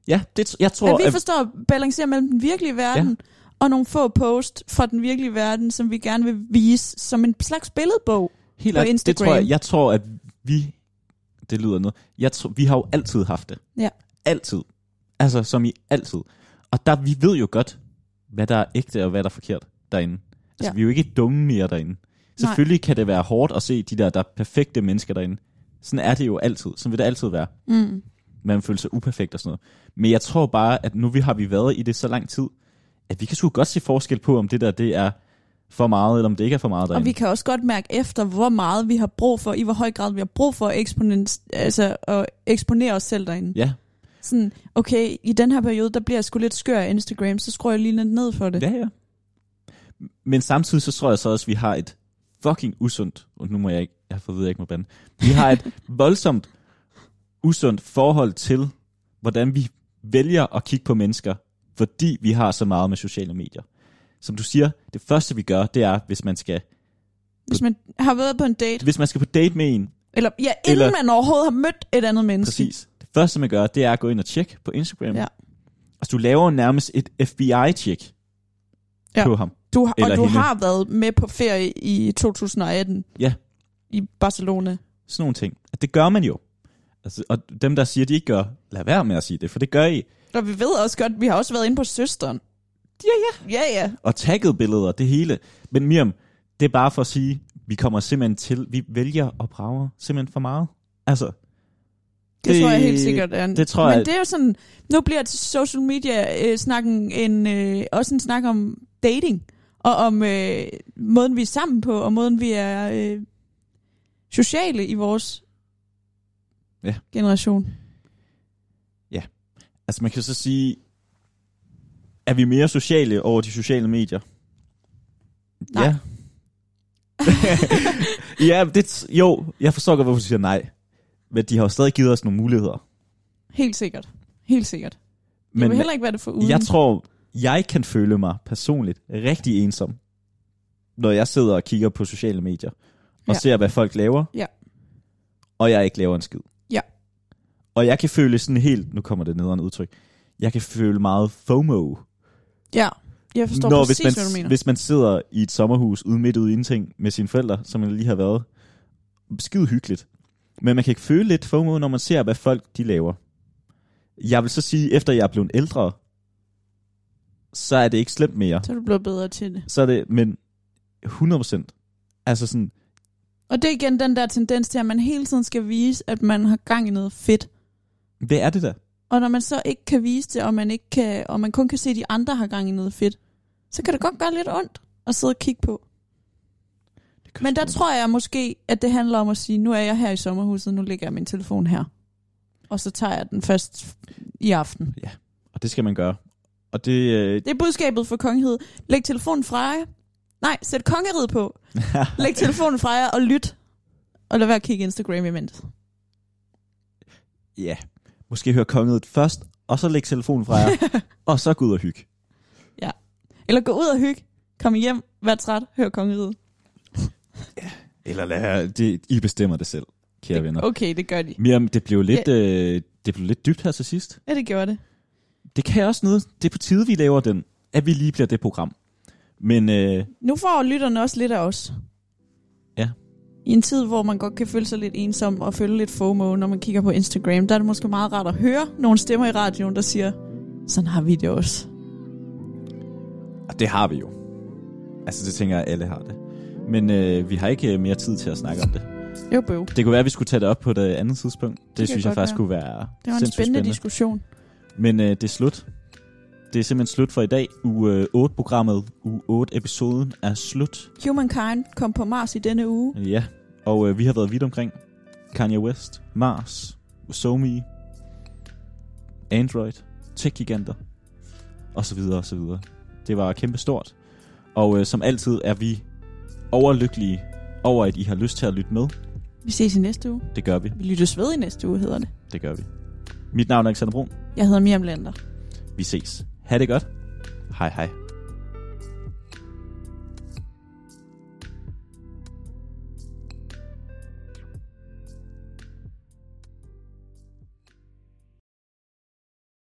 [SPEAKER 1] ja, det, tr- jeg tror,
[SPEAKER 2] At vi
[SPEAKER 1] at,
[SPEAKER 2] forstår at balancere mellem den virkelige verden ja. og nogle få post fra den virkelige verden, som vi gerne vil vise som en slags billedbog.
[SPEAKER 1] helt
[SPEAKER 2] på
[SPEAKER 1] ærligt, det
[SPEAKER 2] Instagram.
[SPEAKER 1] tror jeg, jeg tror, at vi, det lyder noget, jeg tror, vi har jo altid haft det.
[SPEAKER 2] Ja.
[SPEAKER 1] Altid. Altså, som i altid. Og der, vi ved jo godt, hvad der er ægte og hvad der er forkert derinde. Altså,
[SPEAKER 2] Ja.
[SPEAKER 1] vi er jo ikke dumme mere derinde. Selvfølgelig kan det være hårdt at se de der, der er perfekte mennesker derinde. Sådan er det jo altid. Sådan vil det altid være.
[SPEAKER 2] Mm.
[SPEAKER 1] man føler sig uperfekt og sådan noget. Men jeg tror bare, at nu vi har vi været i det så lang tid, at vi kan sgu godt se forskel på, om det der det er for meget, eller om det ikke er for meget
[SPEAKER 2] Og
[SPEAKER 1] derinde.
[SPEAKER 2] vi kan også godt mærke efter, hvor meget vi har brug for, i hvor høj grad vi har brug for at, eksponens, altså at eksponere os selv derinde.
[SPEAKER 1] Ja,
[SPEAKER 2] Sådan, okay, i den her periode, der bliver jeg sgu lidt skør af Instagram, så skruer jeg lige lidt ned for det.
[SPEAKER 1] ja, ja. Men samtidig så tror jeg så også, at vi har et fucking usundt, og nu må jeg ikke, jeg får ved, at jeg ikke må bande. Vi har
[SPEAKER 2] *laughs*
[SPEAKER 1] et voldsomt usundt forhold til, hvordan vi vælger at kigge på mennesker, fordi vi har så meget med sociale medier. Som du siger, det første vi gør, det er, hvis man skal,
[SPEAKER 2] Hvis man har været på en date,
[SPEAKER 1] hvis man skal på date med en,
[SPEAKER 2] eller ja, inden
[SPEAKER 1] Eller-
[SPEAKER 2] eller, man overhovedet har mødt et andet menneske.
[SPEAKER 1] Præcis. Det første, man gør, det er at gå ind og tjekke på Instagram.
[SPEAKER 2] Ja.
[SPEAKER 1] Altså, du laver nærmest et FBI-tjek
[SPEAKER 2] Ja.
[SPEAKER 1] på ham.
[SPEAKER 2] Du, har- og
[SPEAKER 1] Eller
[SPEAKER 2] du
[SPEAKER 1] hende.
[SPEAKER 2] har været med på ferie i 2018
[SPEAKER 1] Ja.
[SPEAKER 2] i Barcelona.
[SPEAKER 1] Sådan nogle ting. At det gør man jo. Altså, og dem, der siger, de ikke gør, lad være med at sige det, for det gør I.
[SPEAKER 2] Og vi ved også godt, vi har også været inde på søsteren. Ja, ja. Ja, ja.
[SPEAKER 1] Og tagget billeder, det hele. Men Miriam, det er bare for at sige, vi kommer simpelthen til, vi vælger og brager simpelthen for meget. Altså,
[SPEAKER 2] Det,
[SPEAKER 1] Det-
[SPEAKER 2] det tror jeg helt sikkert er. en-
[SPEAKER 1] det tror
[SPEAKER 2] Men
[SPEAKER 1] jeg-
[SPEAKER 2] det er jo sådan, nu bliver social media-snakken en, øh, også en snak om dating, og om øh, måden, vi er sammen på, og måden, vi er øh, sociale i vores
[SPEAKER 1] Ja.
[SPEAKER 2] generation.
[SPEAKER 1] altså man kan så sige, er vi mere sociale over de sociale medier?
[SPEAKER 2] Nej.
[SPEAKER 1] Ja. *laughs* ja, det, jo, jeg forstår godt, hvorfor du siger nej. Men de har jo stadig givet os nogle muligheder.
[SPEAKER 2] Helt sikkert. Helt sikkert. Men, jeg
[SPEAKER 1] Men
[SPEAKER 2] vil heller ikke være det for uden.
[SPEAKER 1] jeg tror, jeg kan føle mig personligt rigtig ensom, når jeg sidder og kigger på sociale medier, og ja.
[SPEAKER 2] Ja.
[SPEAKER 1] ser, hvad folk laver,
[SPEAKER 2] Ja.
[SPEAKER 1] og jeg ikke laver en skid.
[SPEAKER 2] Ja.
[SPEAKER 1] Og jeg kan føle sådan helt, nu kommer det nederen udtryk, jeg kan føle meget FOMO.
[SPEAKER 2] Ja, jeg forstår
[SPEAKER 1] Når,
[SPEAKER 2] præcis,
[SPEAKER 1] hvis
[SPEAKER 2] hvad
[SPEAKER 1] man,
[SPEAKER 2] du mener.
[SPEAKER 1] Hvis man sidder i et sommerhus ude midt ude i ingenting med sine forældre, som man lige har været, skide hyggeligt. Men man kan ikke føle lidt FOMO, når man ser, hvad folk de laver. Jeg vil så sige, efter jeg er blevet ældre, så er det ikke slemt mere.
[SPEAKER 2] Så er du blevet bedre til det.
[SPEAKER 1] Så er det, men 100%. Altså sådan,
[SPEAKER 2] Og det er igen den der tendens til, at man hele tiden skal vise, at man har gang i noget fedt.
[SPEAKER 1] hvad er det der?
[SPEAKER 2] Og når man så ikke kan vise det, og man, ikke kan, og man kun kan se, at de andre har gang i noget fedt, så kan det godt gøre lidt ondt at sidde og kigge på.
[SPEAKER 1] Det
[SPEAKER 2] Men der tror jeg måske, at det handler om at sige, nu er jeg her i sommerhuset, nu lægger jeg min telefon her. Og så tager jeg den først i aften.
[SPEAKER 1] Og det skal man gøre. Og det, øh,
[SPEAKER 2] Det er budskabet for kongehed. Læg telefonen fra jer. Nej, sæt kongeriget på. Læg telefonen fra jer og lyt. Og lad være at kigge Instagram imens.
[SPEAKER 1] ja, måske høre kongedet først, og så lægge telefonen fra
[SPEAKER 2] *laughs*
[SPEAKER 1] jer, og så gå ud og hygge.
[SPEAKER 2] Eller gå ud og hygge. Kom hjem, vær træt, hør kongeriget.
[SPEAKER 1] Eller lad, det, I bestemmer det selv, kære venner.
[SPEAKER 2] Okay, det gør de.
[SPEAKER 1] Miriam, det blev lidt, øh, det blev lidt dybt her til sidst.
[SPEAKER 2] Ja, det gjorde det.
[SPEAKER 1] Det kan jeg også noget. Det er på tide, vi laver den, at vi lige bliver det program. Men øh,
[SPEAKER 2] Nu får lytterne også lidt af os.
[SPEAKER 1] Ja.
[SPEAKER 2] I en tid, hvor man godt kan føle sig lidt ensom og føle lidt FOMO, når man kigger på Instagram, der er det måske meget rart at høre nogle stemmer i radioen, der siger, sådan har vi det også.
[SPEAKER 1] og det har vi jo. Altså, det tænker jeg, alle har det. Men øh, vi har ikke øh, mere tid til at snakke om det.
[SPEAKER 2] Jo, bøv.
[SPEAKER 1] Det kunne være, at vi skulle tage det op på det andet tidspunkt. Det,
[SPEAKER 2] kan
[SPEAKER 1] det synes jeg
[SPEAKER 2] godt
[SPEAKER 1] faktisk
[SPEAKER 2] være.
[SPEAKER 1] kunne være
[SPEAKER 2] Det var en spændende,
[SPEAKER 1] sindssygt
[SPEAKER 2] spændende diskussion.
[SPEAKER 1] Men øh, det er slut. Det er simpelthen slut for i dag. Uge 8-programmet, uge 8-episoden er slut.
[SPEAKER 2] Humankind kom på Mars i denne uge.
[SPEAKER 1] Ja, og øh, vi har været vidt omkring Kanye West, Mars, Somi, Android, tech-giganter, og så videre, og så videre. Det var kæmpe stort. Og øh, som altid er vi overlykkelige over, at I har lyst til at lytte med.
[SPEAKER 2] Vi ses i næste uge.
[SPEAKER 1] Det gør vi.
[SPEAKER 2] Vi lyttes ved i næste uge, hedder det.
[SPEAKER 1] Det gør vi. Mit navn er Alexander Brun.
[SPEAKER 2] Jeg hedder Miriam Lander.
[SPEAKER 1] Vi ses. Ha' det godt. Hej hej.